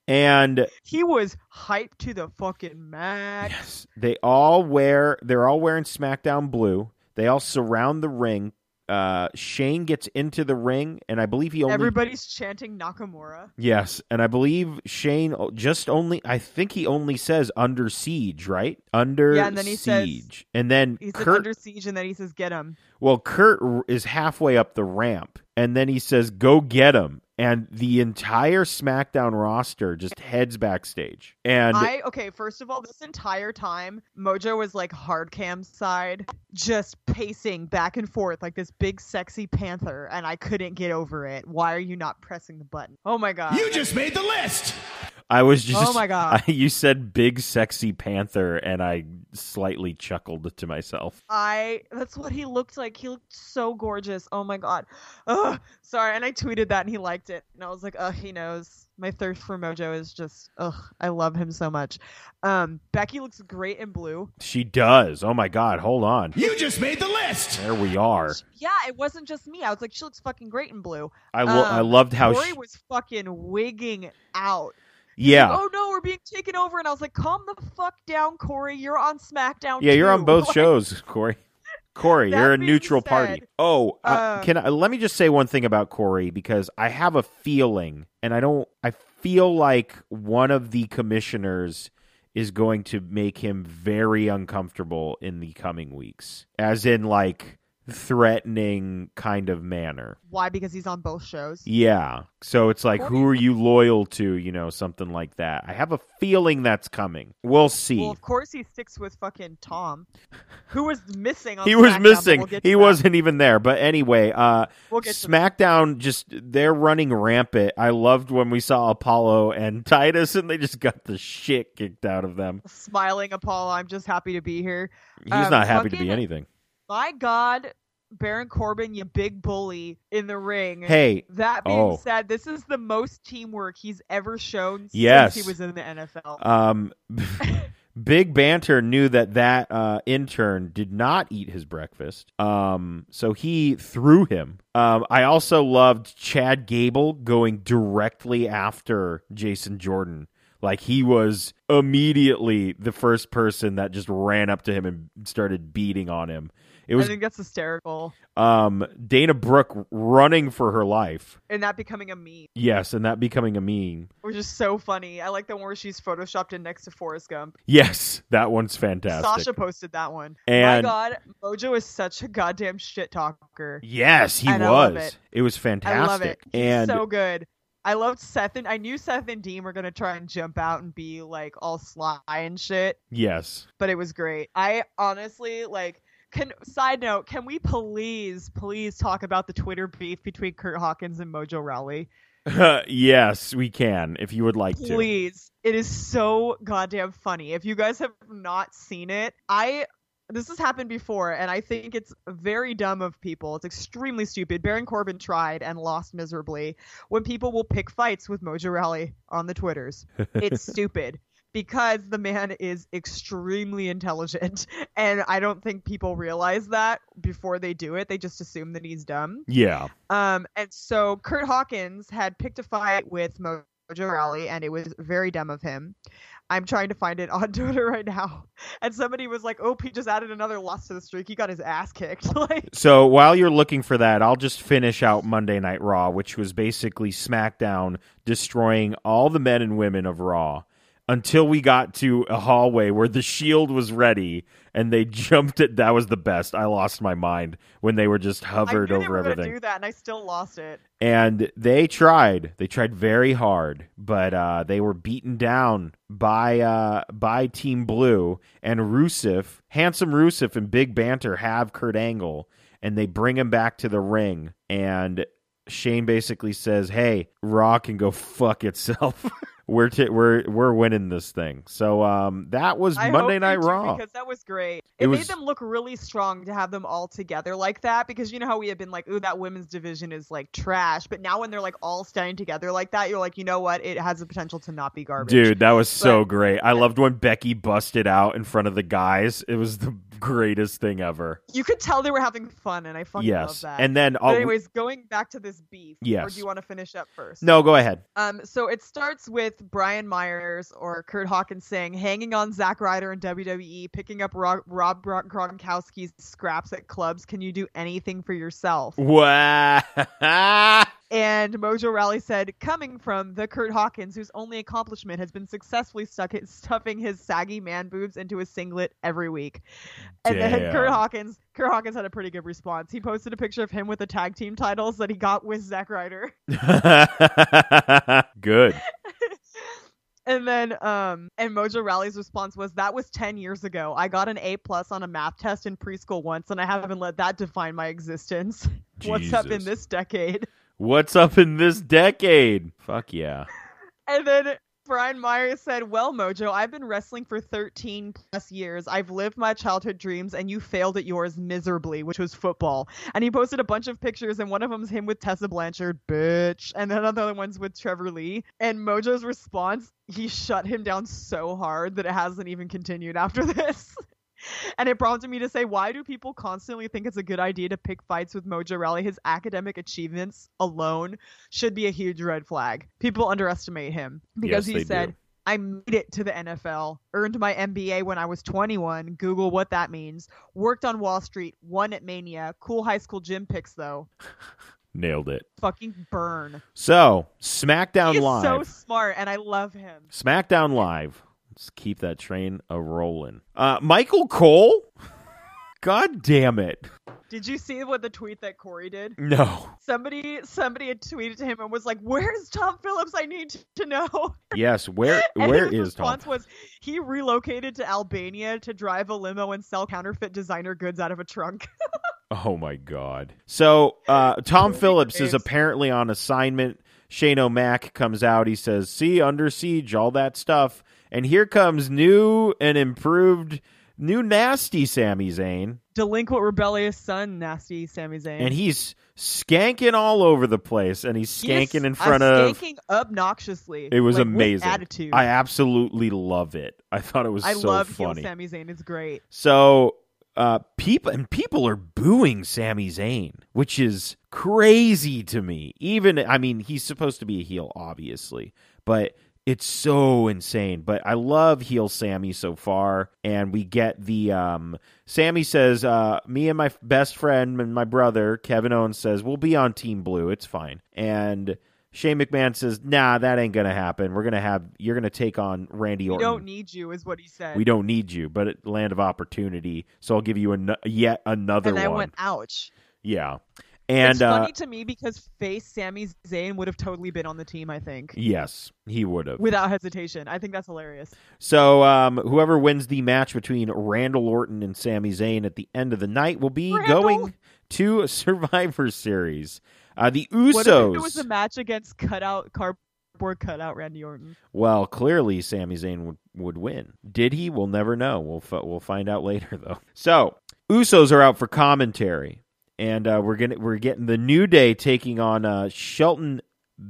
And
he was hyped to the fucking max.
yes, they all wear they're all wearing SmackDown blue. They all surround the ring. Uh, Shane gets into the ring, and I believe he only
Everybody's chanting Nakamura.
Yes, and I believe Shane o- just only I think he only says under siege, right? Under
Yeah, and then he says-
siege. and then
He's like,
Kurt
under siege, and then he says, "Get him."
well Kurt r- is halfway up the ramp and then he says go get him and the entire SmackDown roster just heads backstage. And
I okay. First of all, this entire time, Mojo was like hard cam side, just pacing back and forth like this big sexy panther, and I couldn't get over it. Why are you not pressing the button? Oh my god!
You just made the list.
I was just
Oh my God.
I, you said big sexy panther and I slightly chuckled to myself.
I that's what he looked like. He looked so gorgeous. Oh my god. Ugh, sorry, and I tweeted that and he liked it. And I was like, ugh, he knows. My thirst for Mojo is just ugh, I love him so much. Um Becky looks great in blue.
She does. Oh my god, hold on.
You just made the list.
There we are.
Yeah, it wasn't just me. I was like, she looks fucking great in blue.
I lo- I
Um,
loved how
Corey
she,
was fucking wigging out.
Yeah.
Oh no, we're being taken over. And I was like, calm the fuck down, Corey. You're on SmackDown.
Yeah, you're on
too."
both
Like,
shows, Corey. Corey,
That
you're a
being
neutral party.
said,
Oh, uh,
uh,
can I, let me just say one thing about Corey because I have a feeling, and I don't. I feel like one of the commissioners is going to make him very uncomfortable in the coming weeks, as in like threatening kind of manner.
Why? Because he's on both shows.
Yeah. So it's like, who are you loyal to? You know, something like that. I have a feeling that's coming. We'll see.
Well, of course he sticks with fucking Tom, who was missing. On
he was
SmackDown, but
missing.
we'll get to
he
that.
wasn't even there. But anyway, uh,
We'll get to that.
SmackDown just they're running rampant. I loved when we saw Apollo and Titus, and they just got the shit kicked out of them.
smiling Apollo. I'm just happy to be here.
He's
Um,
not happy to be
fucking-
anything.
My God, Baron Corbin, you big bully in the ring.
Hey,
That being
oh.
said, this is the most teamwork he's ever shown
Yes.
since he was in the NFL.
um, Big Banter knew that that uh, intern did not eat his breakfast, um, so he threw him. Um, I also loved Chad Gable going directly after Jason Jordan. Like he was immediately the first person that just ran up to him and started beating on him. It
I
was
think that's hysterical.
um, Dana Brooke running for her life.
And that becoming a meme,
Yes, and that becoming a meme.
which is so funny. I like the one where she's photoshopped in next to Forrest Gump.
Yes, that one's fantastic.
Sasha posted that one.
And-
My God, Mojo is such a goddamn shit talker.
Yes, he
And I
was.
love it.
was
I
fantastic.
love it. He's
And
so good. I loved Seth and I knew Seth and Dean were gonna try and jump out and be like all sly and shit,
yes.
but it was great. I honestly like. Can side note? Can we please, please talk about the Twitter beef between Kurt Hawkins and Mojo Rowley?
yes, we can if you would like to.
Please, it is so goddamn funny. If you guys have not seen it, I this has happened before, and I think it's very dumb of people. It's extremely stupid. Baron Corbin tried and lost miserably when people will pick fights with Mojo Rally on the Twitters. It's stupid because the man is extremely intelligent, and I don't think people realize that before they do it. They just assume that he's dumb.
Yeah.
Um, and so Kurt Hawkins had picked a fight with Mojo Rowley, and it was very dumb of him. I'm trying to find it on Twitter right now, and somebody was like, "Oh, he just added another loss to the streak. He got his ass kicked." like,
So while you're looking for that, I'll just finish out Monday Night Raw, which was basically SmackDown destroying all the men and women of Raw. until we got to a hallway where the shield was ready and they jumped it. That was the best. I lost my mind when they were just hovered
I knew they
over
were gonna
everything.
Do that, and I still lost it.
And they tried. They tried very hard, but uh, they were beaten down by uh, by Team Blue and Rusev. Handsome Rusev and Big Banter have Kurt Angle, and they bring him back to the ring. And Shane basically says, "Hey, Raw can go fuck itself. we're t- we're we're winning this thing." So um, that was
I
Monday
hope
Night
they do,
Raw.
because that was great.
It
It,
was-
made them look really strong to have them all together like that because you know how we had been like, ooh, that women's division is like trash, but now when they're like all standing together like that, you're like, you know what? It has the potential to not be garbage.
Dude, that was so
But-
great. I loved when Becky busted out in front of the guys. It was the greatest thing ever.
you could tell they were having fun, and I fucking love
yes.
that.
And then
but
oh,
anyways, going back to this beef, or
Yes.
do you want to finish up first?
no, go ahead.
Um, so it starts with Brian Myers or Kurt Hawkins saying, hanging on Zack Ryder and WWE, picking up Rob, Rob Gronkowski's scraps at clubs. Can you do anything for yourself?
Wow.
And Mojo Raleigh said, coming from the Kurt Hawkins, whose only accomplishment has been successfully stuck stuffing his saggy man boobs into his singlet every week. And
Damn.
then Kurt Hawkins, Kurt Hawkins had a pretty good response. He posted a picture of him with the tag team titles that he got with Zack Ryder.
Good.
And then, um, and Mojo Rally's response was, "That was ten years ago. I got an A plus on a math test in preschool once, and I haven't let that define my existence. What's up in
Jesus.
this decade?"
What's up in this decade? Fuck yeah.
And then Brian Myers said, "Well, Mojo, I've been wrestling for thirteen plus years. I've lived my childhood dreams, and you failed at yours miserably, which was football." And he posted a bunch of pictures, and one of them's him with Tessa Blanchard, bitch, and then another one's with Trevor Lee. And Mojo's response, he shut him down so hard that it hasn't even continued after this. And it prompted me to say, why do people constantly think it's a good idea to pick fights with Mojo Raleigh? His academic achievements alone should be a huge red flag. People underestimate him because
Yes, they
he said,
do.
I made it to the NFL, earned my MBA when I was 21, Google what that means, worked on Wall Street, won at Mania, cool high school gym picks though.
Nailed it.
Fucking burn.
So, SmackDown
He's so
Live.
smart and I love him.
SmackDown Live. Let's keep that train a rolling. Uh, Michael Cole? God damn it.
Did you see what the tweet that Corey did?
No.
Somebody somebody had tweeted to him and was like, Where's Tom Phillips? I need to know.
Yes, where
And
where
his
is Tom?
response was he relocated to Albania to drive a limo and sell counterfeit designer goods out of a trunk.
Oh my god. So uh, Tom
Holy
Phillips is
graves.
apparently on assignment. Shane O'Mac comes out. He says, "See, under siege, all that stuff." And here comes new and improved, new nasty Sami Zayn,
Delinquent rebellious son, nasty Sami Zayn.
and he's skanking all over the place, and he's
He is-
skanking in
uh,
front of.
skanking obnoxiously.
It was
like, with
amazing.
attitude.
I absolutely love it. I thought it was
I
so
love
funny.
heel Sami Zayn. It's great.
So uh people and people are booing Sami Zayn, which is crazy to me. Even I mean, he's supposed to be a heel, obviously, but it's so insane. But I love heel Sammy so far, and we get the um Sammy says, uh, me and my f- best friend and my brother, Kevin Owens says, We'll be on Team Blue, it's fine. And Shane McMahon says, Nah, that ain't gonna happen. We're gonna have you're gonna take on Randy
We
Orton.
don't need you, is what he said.
We don't need you, but it- land of opportunity. So I'll give you an- yet another
and I
one.
went, ouch.
yeah, and
it's
uh,
funny to me because face Sami Zayn would have totally been on the team, I think,
yes, he would have.
without hesitation. I think that's hilarious.
So um, whoever wins the match between Randall Orton and Sami Zayn at the end of the night will be
Randall!
going to Survivor Series. Uh, the
What if it
Usos.
was a match against cutout cardboard cutout Randy Orton?
well, clearly Sami Zayn would, would win. Did he? We'll never know. We'll f- we'll find out later though. So Usos are out for commentary, and uh, we're gonna we're getting the New Day taking on uh, Shelton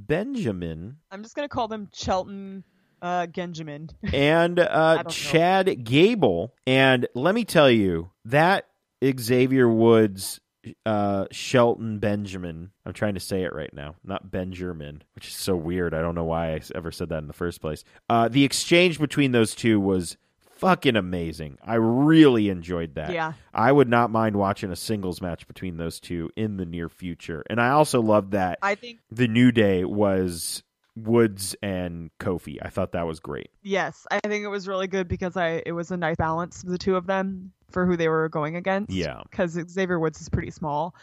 Benjamin
I'm just gonna call them Chelton uh Genjamin.
and uh,
don't know.
Chad Gable. And let me tell you that Xavier Woods. Uh, Shelton Benjamin. I'm trying to say it right now, not Benjamin, which is so weird. I don't know why I s- ever said that in the first place. Uh, the exchange between those two was fucking amazing. I really enjoyed that.
Yeah.
I would not mind watching a singles match between those two in the near future. And I also loved that
I think
the New Day was Woods and Kofi. I thought that was great.
Yes, I think it was really good because I it was a nice balance of the two of them for who they were going against.
Yeah.
because Xavier Woods is pretty small,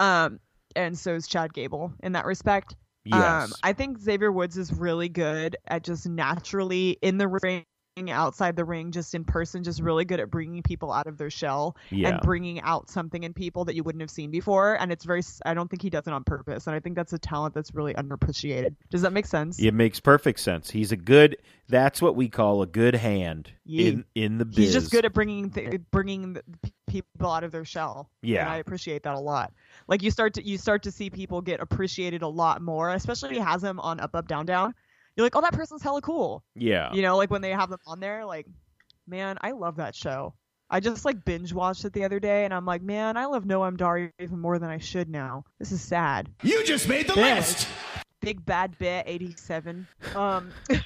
um, and so is Chad Gable in that respect.
Yes.
Um, I think Xavier Woods is really good at just naturally in the ring, outside the ring, just in person, just really good at bringing people out of their shell
yeah.
and bringing out something in people that you wouldn't have seen before. And it's very, s- I don't think he does it on purpose. And I think that's a talent that's really underappreciated. Does that make sense?
It makes perfect sense. He's a good. That's what we call a good hand
Yeah.
in in the biz.
He's just good at bringing th- bringing the p- people out of their shell.
Yeah.
and I appreciate that a lot. Like you start to you start to see people get appreciated a lot more, especially he has them on up up down down. You're like, oh, that person's hella cool.
yeah.
You know, like when they have them on there, like, man, I love that show. I just like binge watched it the other day, and I'm like, man, I love Noam Dar even more than I should now. This is sad.
You just made the list.
Big Bad Bear 87. Um, it's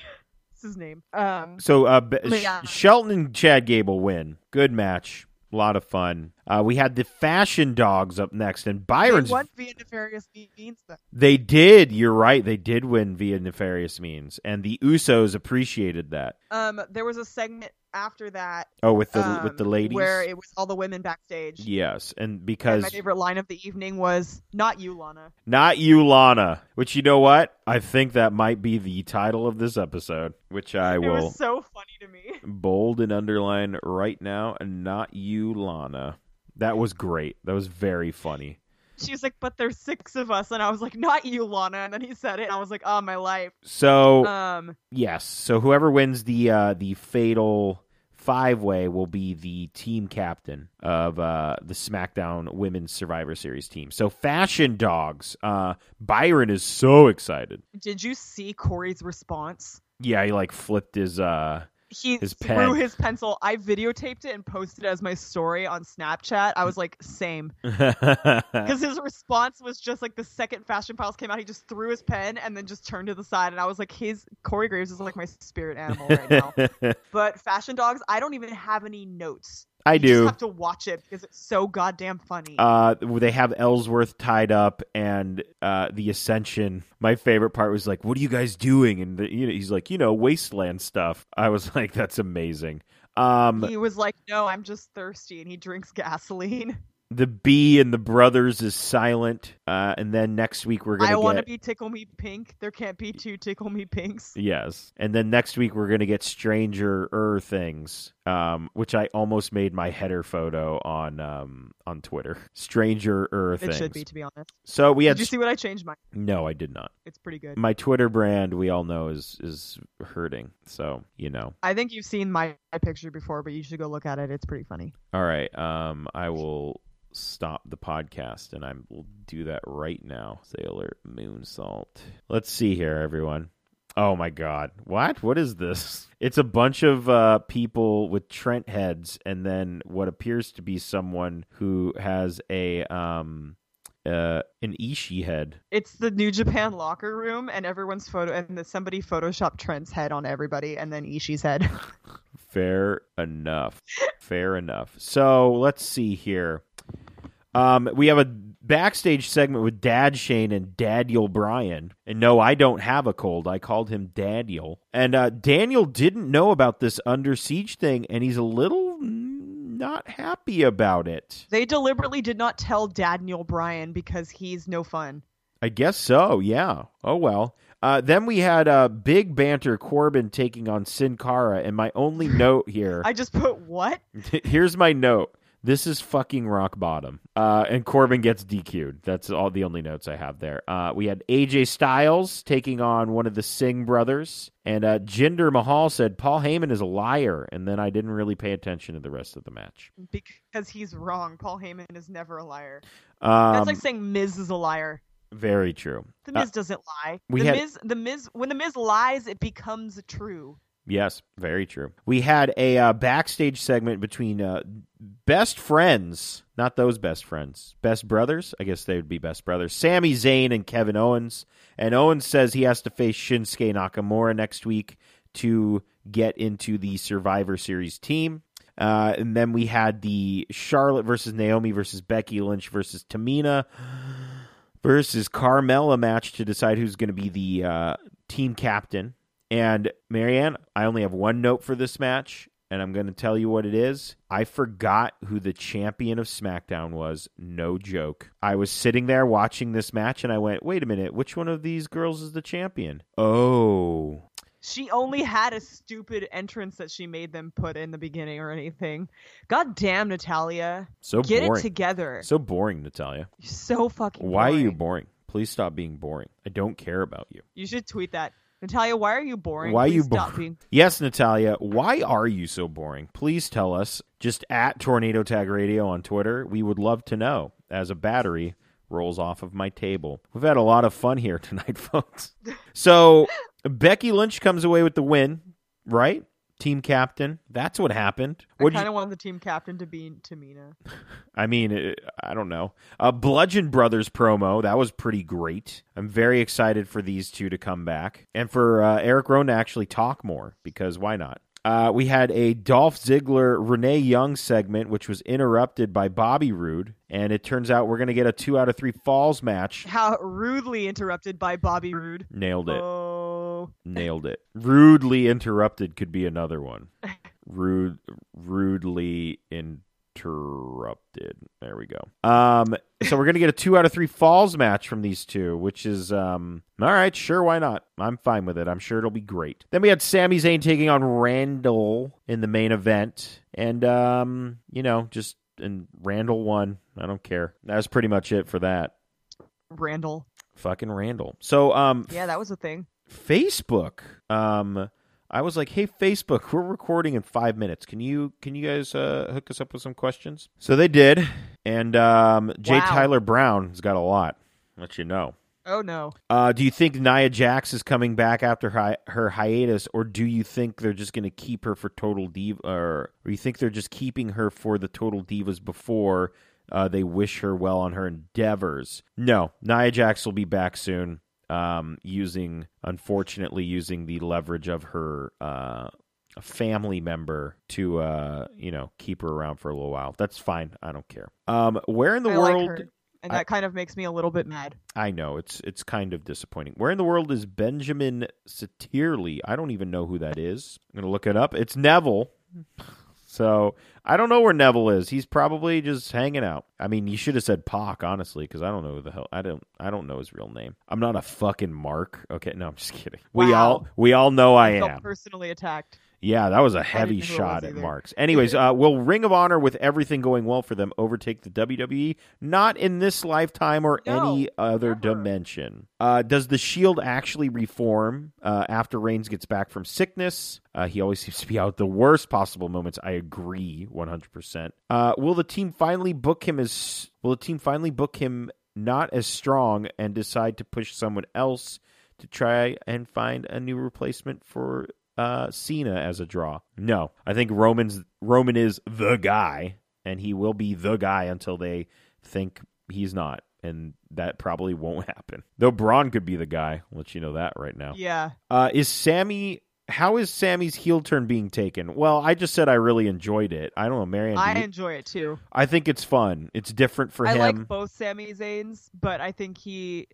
his name. Um,
So uh, B-
But yeah.
Sh- Shelton and Chad Gable win. Good match. A lot of fun. Uh, we had the fashion dogs up next, and Byron's.
they won via nefarious means. though.
They did. You're right. They did win via nefarious means, and the Usos appreciated that.
Um, there was a segment after that
Oh, with the
um,
with the ladies.
where it was all the women backstage.
yes, and
And
because
my favorite line of the evening was "Not you, Lana."
Not you, Lana. Which you know what? I think that might be the title of this episode, which I
It
will
was so funny to me.
bold and underline right now. And not you, Lana. That was great. That was very funny.
She was like, "But there's six of us," and I was like, "Not you, Lana." And then he said it, and I was like, "Oh, my life."
So
Um,
yes, so whoever wins the uh, the fatal five way will be the team captain of uh, the SmackDown Women's Survivor Series team. So Fashion Dogs. Uh, Byron is so excited.
did you see Corey's response?
Yeah, he like flipped his uh
He
His
threw
pen.
his pencil. I videotaped it and posted it as my story on Snapchat. I was like, "Same." Because his response was just like the second Fashion Files came out, he just threw his pen and then just turned to the side, and I was like, his Corey Graves is like my spirit animal right now. but Fashion Dogs, I don't even have any notes.
I
You
do.
just have to watch it because it's so goddamn funny.
uh, they have Ellsworth tied up and uh, the Ascension. My favorite part was like, "What are you guys doing?" And the, you know, he's like, "You know, wasteland stuff." I was like, "That's amazing." Um,
he was like, "No, I'm just thirsty," and he drinks gasoline.
the bee and the brothers is silent, uh, and then next week we're gonna
I want to
get
be tickle me pink. There can't be two tickle me pinks.
yes, and then next week we're gonna get stranger er things, um, which I almost made my header photo on um on Twitter. Stranger er
It
things.
should be, to be honest.
So we had
Did you see what I changed mine?
no, I did not.
It's pretty good.
my Twitter brand, we all know, is is hurting. So you know.
I think you've seen my, my picture before, but you should go look at it. It's pretty funny.
All right. Um, I will stop the podcast, and I will do that right now. Sailor Moonsault. Let's see here, everyone. Oh my God! What? What is this? It's a bunch of uh, people with Trent heads, and then what appears to be someone who has a um uh an Ishi head.
It's the New Japan locker room, and everyone's photo, and the, somebody photoshopped Trent's head on everybody, and then Ishii's head.
Fair enough. Fair enough. So let's see here. Um, we have a backstage segment with Dad Shane and Daniel Bryan. And no, I don't have a cold. I called him Daniel. And uh, Daniel didn't know about this under siege thing, and he's a little mm, not happy about it.
they deliberately did not tell Daniel Bryan because he's no fun.
I guess so. Yeah. Oh well. Uh, then we had uh, big banter Corbin taking on Sin Cara, and my only note here.
I just put what?
Here's my note. This is fucking rock bottom. Uh, and Corbin gets DQ'd. That's all the only notes I have there. Uh, we had AJ Styles taking on one of the Singh brothers, and uh, Jinder Mahal said Paul Heyman is a liar. And then I didn't really pay attention to the rest of the match.
Because he's wrong. Paul Heyman is never a liar. That's
Um,
like saying Miz is a liar.
very true.
The
Uh,
Miz doesn't lie.
we
the
had-
Miz, the Miz, when the Miz lies, it becomes true.
Yes, very true. We had a uh, backstage segment between uh, best friends, not those best friends, best brothers. I guess they would be best brothers. Sami Zayn and Kevin Owens. And Owens says he has to face Shinsuke Nakamura next week to get into the Survivor Series team. Uh, and then we had the Charlotte versus Naomi versus Becky Lynch versus Tamina versus Carmella match to decide who's going to be the uh, team captain. And Marianne, I only have one note for this match, and I'm going to tell you what it is. I forgot who the champion of SmackDown was. No joke. I was sitting there watching this match, and I went, wait a minute, which one of these girls is the champion? Oh.
She only had a stupid entrance that she made them put in the beginning or anything. God damn, Natalia.
So
Get
boring.
it together.
So boring, Natalia.
You're so fucking
Why are you
boring.
boring? Please stop being boring. I don't care about you.
You should tweet that. Natalia, why are you boring?
Why are
Please
you
stop
boring?
being-
Yes, Natalia, why are you so boring? Please tell us. Just at Tornado Tag Radio on Twitter. We would love to know as a battery rolls off of my table. We've had a lot of fun here tonight, folks. So Becky Lynch comes away with the win, right? Team captain. That's what happened.
I
What
kind
you?
of want the team captain to be Tamina.
I mean, it, I don't know. A Bludgeon Brothers promo that was pretty great. I'm very excited for these two to come back and for uh, Eric Rowan to actually talk more because why not? Uh, we had a Dolph Ziggler Renee Young segment, which was interrupted by Bobby Roode, and it turns out we're going to get a two out of three falls match.
How rudely interrupted by Bobby Roode.
Nailed it.
Oh,
Nailed it. Rudely interrupted could be another one. Rude, rudely interrupted. There we go. Um, so we're gonna get a two out of three falls match from these two, which is um, all right. Sure, why not? I'm fine with it. I'm sure it'll be great. Then we had Sami Zayn taking on Randall in the main event, and um, you know, just and Randall won. I don't care. That was pretty much it for that.
Randall.
Fucking Randall. So um,
Yeah, that was a thing.
Facebook. Um, I was like, "Hey, Facebook, we're recording in five minutes. Can you can you guys uh, hook us up with some questions?" So they did, and um, Jay
Wow.
Tyler Brown has got a lot. Let you know.
Oh no.
Uh, do you think Nia Jax is coming back after hi- her hiatus, or do you think they're just going to keep her for Total Diva, or, or you think they're just keeping her for the Total Divas before uh, they wish her well on her endeavors? No, Nia Jax will be back soon. Um, using unfortunately using the leverage of her uh family member to uh you know keep her around for a little while. That's fine. I don't care. Um, where in the
I
world?
like her. And
I-
that kind of makes me a little bit mad.
I know it's it's kind of disappointing. Where in the world is Benjamin Satirly? I don't even know who that is. I'm gonna look it up. It's Neville. So I don't know where Neville is. He's probably just hanging out. I mean, you should have said Pac, honestly, because I don't know who the hell I don't I don't know his real name. I'm not a fucking Mark. Okay, no, I'm just kidding. We
Wow.
all we all know I
felt
am.
personally attacked.
Yeah, that was a
didn't
heavy
know it
shot
was
at
either.
Marks. Anyways, uh, will Ring of Honor, with everything going well for them, overtake the WWE? Not in this lifetime or
No,
any other
never.
dimension. Uh, does the Shield actually reform uh, after Reigns gets back from sickness? Uh, he always seems to be out at the worst possible moments. I agree, one hundred percent. Uh, Will the team finally book him as? Will the team finally book him not as strong and decide to push someone else? to try and find a new replacement for uh, Cena as a draw. No, I think Roman's Roman is the guy, and he will be the guy until they think he's not, and that probably won't happen. Though Braun could be the guy. I'll let you know that right now.
Yeah.
Uh, is Sammy? How is Sammy's heel turn being taken? Well, I just said I really enjoyed it. I don't know, Marion.
I
do you-
enjoy it too.
I think it's fun. It's different for
I
him.
like both Sami Zayn's, but I think he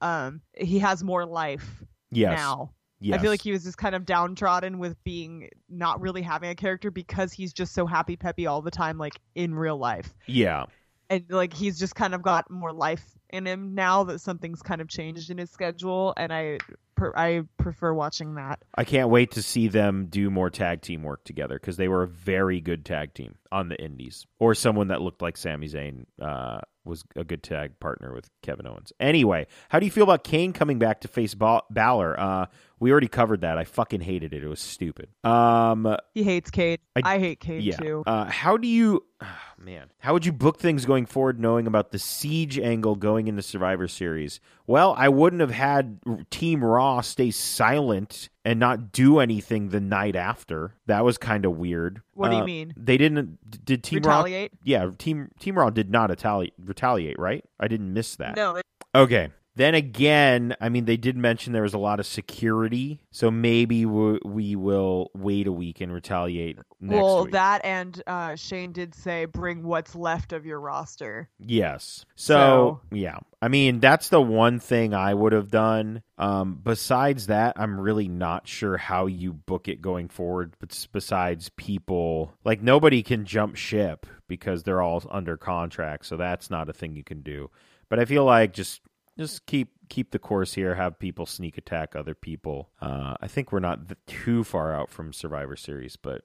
um he has more life
yes.
now.
Yes.
I feel like he was just kind of downtrodden with being not really having a character because he's just so happy peppy all the time, like in real life.
Yeah.
And like he's just kind of got more life in him now that something's kind of changed in his schedule, and I per- I prefer watching that.
I can't wait to see them do more tag team work together because they were a very good tag team on the Indies, or someone that looked like Sami Zayn uh, was a good tag partner with Kevin Owens. Anyway, how do you feel about Kane coming back to face ba- Balor? Uh, we already covered that. I fucking hated it. It was stupid. Um,
He hates Kate.
I-
I, hate Kate
yeah.
too.
Uh, how do you, ah, man? How would you book things going forward, knowing about the siege angle going into Survivor Series? Well, I wouldn't have had Team Raw stay silent and not do anything the night after. That was kind of weird.
What do you
Uh,
mean?
They didn't. Did Team Raw?
Retaliate?
Yeah, Team Team Raw did not retaliate. Retaliate, right? I didn't miss that.
No, it-
Okay. Then again, I mean, they did mention there was a lot of security, so maybe we, we will wait a week and retaliate next
well,
week.
that and uh, Shane did say bring what's left of your roster.
Yes. So, yeah. I mean, that's the one thing I would have done. Um, besides that, I'm really not sure how you book it going forward. But s- besides people, like nobody can jump ship because they're all under contract, so that's not a thing you can do. But I feel like just just keep keep the course here. Have people sneak attack other people. Uh, I think we're not th- too far out from Survivor Series, but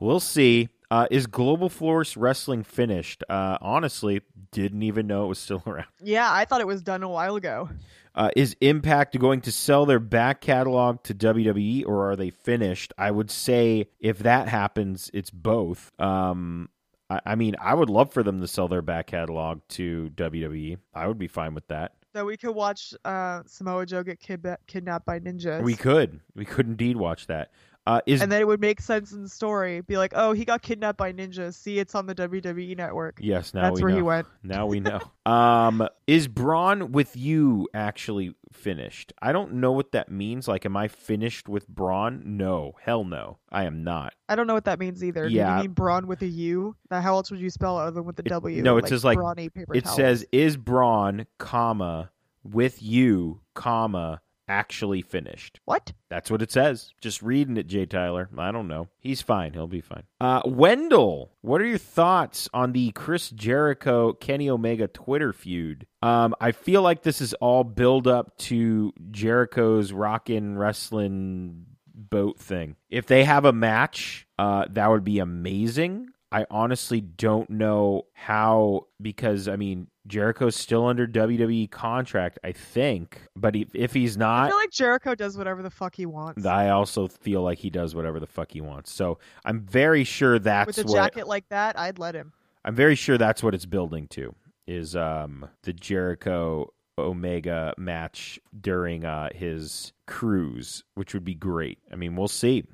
We'll see. Uh, is Global Force Wrestling finished? Uh, honestly, didn't even know it was still around.
Yeah, I thought it was done a while ago.
Uh, is Impact going to sell their back catalog to WWE or are they finished? I would say if that happens, it's both. Um, I, I mean, I would love for them to sell their back catalog to WWE. I would be fine with that.
So we could watch uh, Samoa Joe get kidba- kidnapped by ninjas.
We could, we could indeed watch that. Uh, is
And then it would make sense in the story. Be like, oh, he got kidnapped by ninjas. See, it's on the WWE network.
yes, now
That's
we
where
know.
he went.
Now we know. um, is Braun with you actually finished? I don't know what that means. Like, am I finished with Braun? No, hell no, I am not.
I don't know what that means either. Do
Yeah.
you mean Braun with a U? That how else would you spell it other than with a W?
no, it says, like,
brawny paper
it
towel.
says is Braun, comma with you, comma actually finished.
what?
That's what it says. Just reading it, Jay Tyler. I don't know. He's fine. He'll be fine. Uh, Wendell, what are your thoughts on the Chris Jericho Kenny Omega Twitter feud? Um, I feel like this is all build up to Jericho's rockin' wrestling boat thing. If they have a match, uh, that would be amazing. I honestly don't know how because I mean Jericho's still under WWE contract, I think. But if, if he's
I
not,
feel like Jericho does whatever the fuck he wants.
I also feel like he does whatever the fuck he wants. So I'm very sure that's
with a
what
jacket like that, I'd let him.
I'm very sure that's what it's building to is um the Jericho Omega match during uh his cruise, which would be great. I mean, we'll see.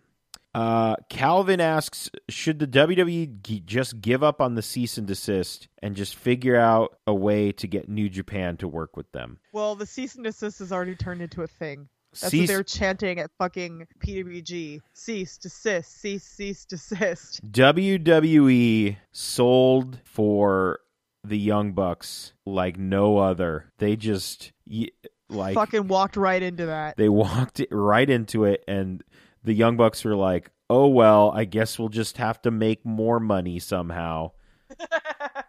Uh, Calvin asks, should the WWE g- just give up on the cease and desist and just figure out a way to get New Japan to work with them?
Well, the cease and desist has already turned into a thing. That's what
Cease-
they're chanting at fucking PWG. Cease, desist, cease, cease, desist.
WWE E sold for the Young Bucks like no other. They just y- like
fucking walked right into that.
they walked it right into it, and the Young Bucks were like, "Oh well, I guess we'll just have to make more money somehow."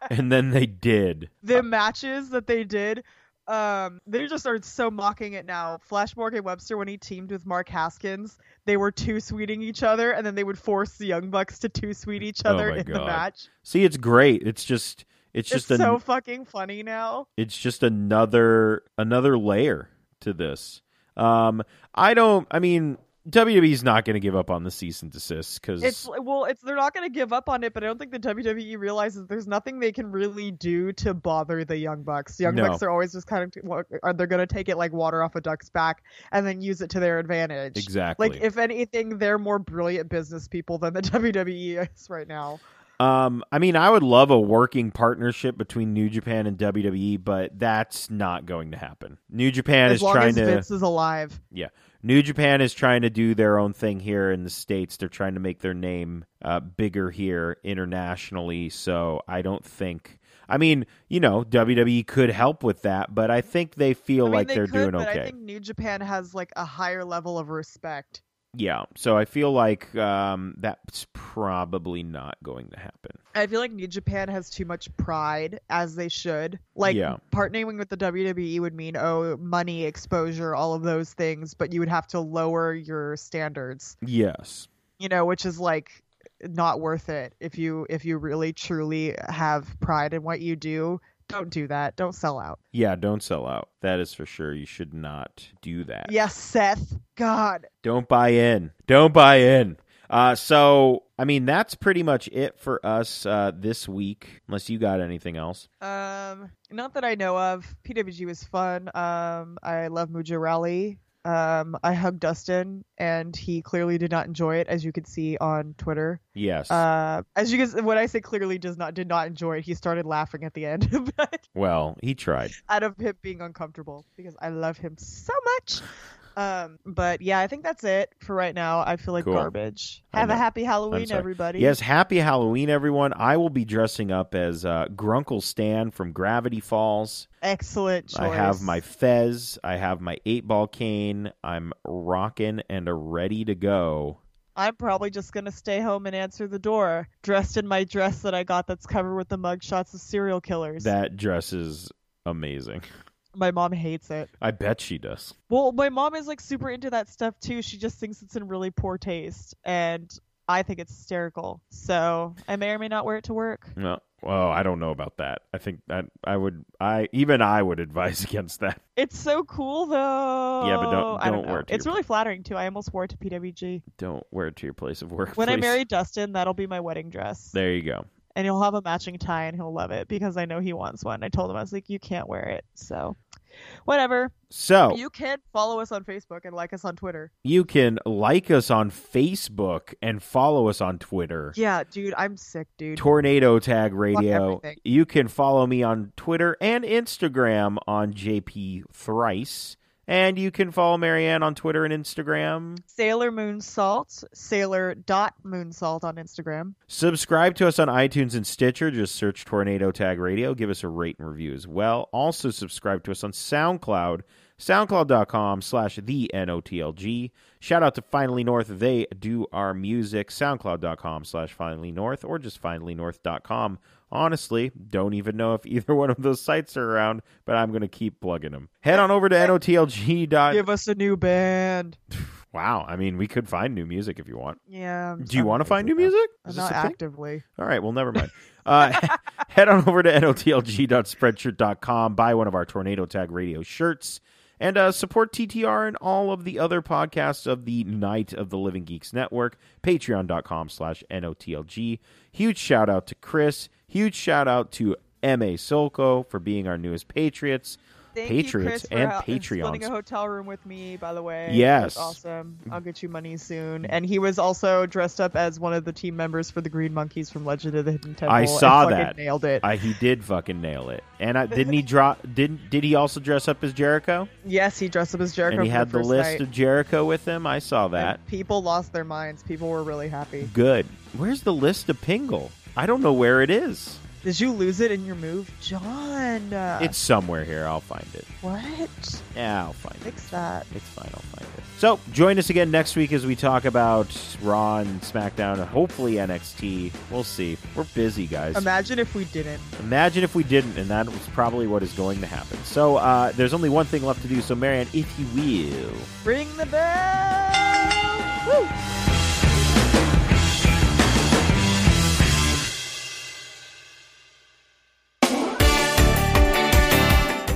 and then they did.
the matches that they did um they just are so mocking it now flash morgan webster when he teamed with mark haskins they were two sweeting each other and then they would force the young bucks to two sweet each
Oh
other
my
in the
God.
match
See, it's great. It's just it's
it's
just a,
so fucking funny now
it's just another another layer to this. Um, I don't. I mean, WWE's not going to give up on the cease and desist because
it's well it's they're not going to give up on it but i don't think the wwe realizes there's nothing they can really do to bother the young bucks the young
No.
bucks are always just kind of well, are they going to take it like water off a duck's back and then use it to their advantage
exactly
Like, if anything, they're more brilliant business people than the WWE is right now.
Um, I mean, I would love a working partnership between New Japan and WWE, but that's not going to happen. New Japan
as
is
long
trying
as
to
Vince is alive.
yeah. New Japan is trying to do their own thing here in the states. They're trying to make their name uh, bigger here internationally. So I don't think. I mean, you know, WWE could help with that, but I think they feel
I mean,
like
they
are
could,
doing
but
okay.
I think New Japan has like a higher level of respect.
Yeah, so I feel like um, that's probably not going to happen.
I feel like New Japan has too much pride, as they should. Like
Yeah.
partnering with the WWE would mean oh, money, exposure, all of those things, but you would have to lower your standards.
Yes.
You know, which is like not worth it if you if you really truly have pride in what you do. Don't do that. Don't sell out.
Yeah, don't sell out. That is for sure. You should not do that.
Yes, Seth. God.
Don't buy in. Don't buy in. Uh, so, I mean, that's pretty much it for us uh, this week, unless you got anything else.
Um, not that I know of. PWG was fun. Um, I love Muja Rally. Um, I hugged Dustin, and he clearly did not enjoy it, as you could see on Twitter.
Yes.
Uh, as you guys, what I say clearly does not did not enjoy it. He started laughing at the end, but
well, he tried.
out of him being uncomfortable because I love him so much. Um, but yeah, I think that's it for right now. I feel like
Cool.
garbage.
I
Have a
know.
happy
I'm
Halloween,
sorry.
everybody.
Yes, happy Halloween, everyone. I will be dressing up as uh, Grunkle Stan from Gravity Falls.
excellent. Choice.
I have my fez. I have my eight ball cane. I'm rocking and ready to go.
I'm probably just gonna stay home and answer the door, dressed in my dress that I got that's covered with the mugshots of serial killers.
That dress is amazing.
my mom hates it.
I bet she does.
Well, my mom is like super into that stuff too. She just thinks it's in really poor taste, and I think it's hysterical. So I may or may not wear it to work.
No, well, I don't know about that. I think that I would. I even I would advise against that.
It's so cool though.
Yeah, but don't-
I
don't
don't know.
wear it to
It's
your-
really flattering too. I almost wore it to PWG.
Don't wear it to your place of work.
When I
please.
marry Dustin, that'll be my wedding dress,
there you go.
and he'll have a matching tie, and he'll love it because I know he wants one. I told him I was like, you can't wear it, so whatever.
So
You can follow us on Facebook and like us on Twitter.
you can like us on Facebook and follow us on Twitter.
Yeah, dude, I'm sick, dude.
Tornado Tag Radio.
everything.
You can follow me on Twitter and Instagram on JP Thrice. And you can follow Marianne on Twitter and Instagram.
Sailor Moon Salt, Sailor dot Moon Salt on Instagram.
Subscribe to us on iTunes and Stitcher. Just search Tornado Tag Radio. Give us a rate and review as well. Also subscribe to us on SoundCloud, soundcloud.com slash the N-O-T-L-G. Shout out to Finally North. They do our music, soundcloud.com slash Finally North or just FinallyNorth.com. Honestly, don't even know if either one of those sites are around, but I'm going to keep plugging them. Head on over to N-O-T-L-G. Dot...
Give us a new band.
Wow. I mean, we could find new music if you want.
Yeah.
Do you want to find new music? Is this
Not
a thing?
actively.
All right, well, never mind. Uh, head on over to notlg.spreadshirt.com, buy one of our Tornado Tag Radio shirts, and uh, support TTR and all of the other podcasts of the Night of the Living Geeks Network, patreon.com slash notlg. Huge shout out to Chris. Huge shout out to M.A. Solko for being our newest Patriots.
Thank you,
Patriots
Chris, for
and
hel- Splitting
Patreons.
a hotel room with me, by the way.
Yes. Mm.
That's awesome. I'll get you money soon. And he was also dressed up as one of the team members for the Green Monkeys from Legend of the Hidden Temple.
I
and
saw
fucking
that.
Nailed it.
I, he did fucking nail it. And I, didn't he draw? Didn't did he also dress up as Jericho?
Yes, he dressed up as Jericho.
and he
for
had the,
the, first
list
night.
of Jericho with him. I saw that.
And people lost their minds. People were really happy.
Good. Where's the list of Pingle? I don't know where it is.
Did you lose it in your move, John? Uh,
It's somewhere here. I'll find it.
what?
Yeah, I'll find it.
Fix that.
It's fine. I'll find it. So join us again next week as we talk about Raw and SmackDown and hopefully NXT. We'll see. We're busy, guys.
Imagine if we didn't.
Imagine if we didn't, and that was probably what is going to happen. So uh, there's only one thing left to do. So Marianne, if you will.
Ring the bell. Woo!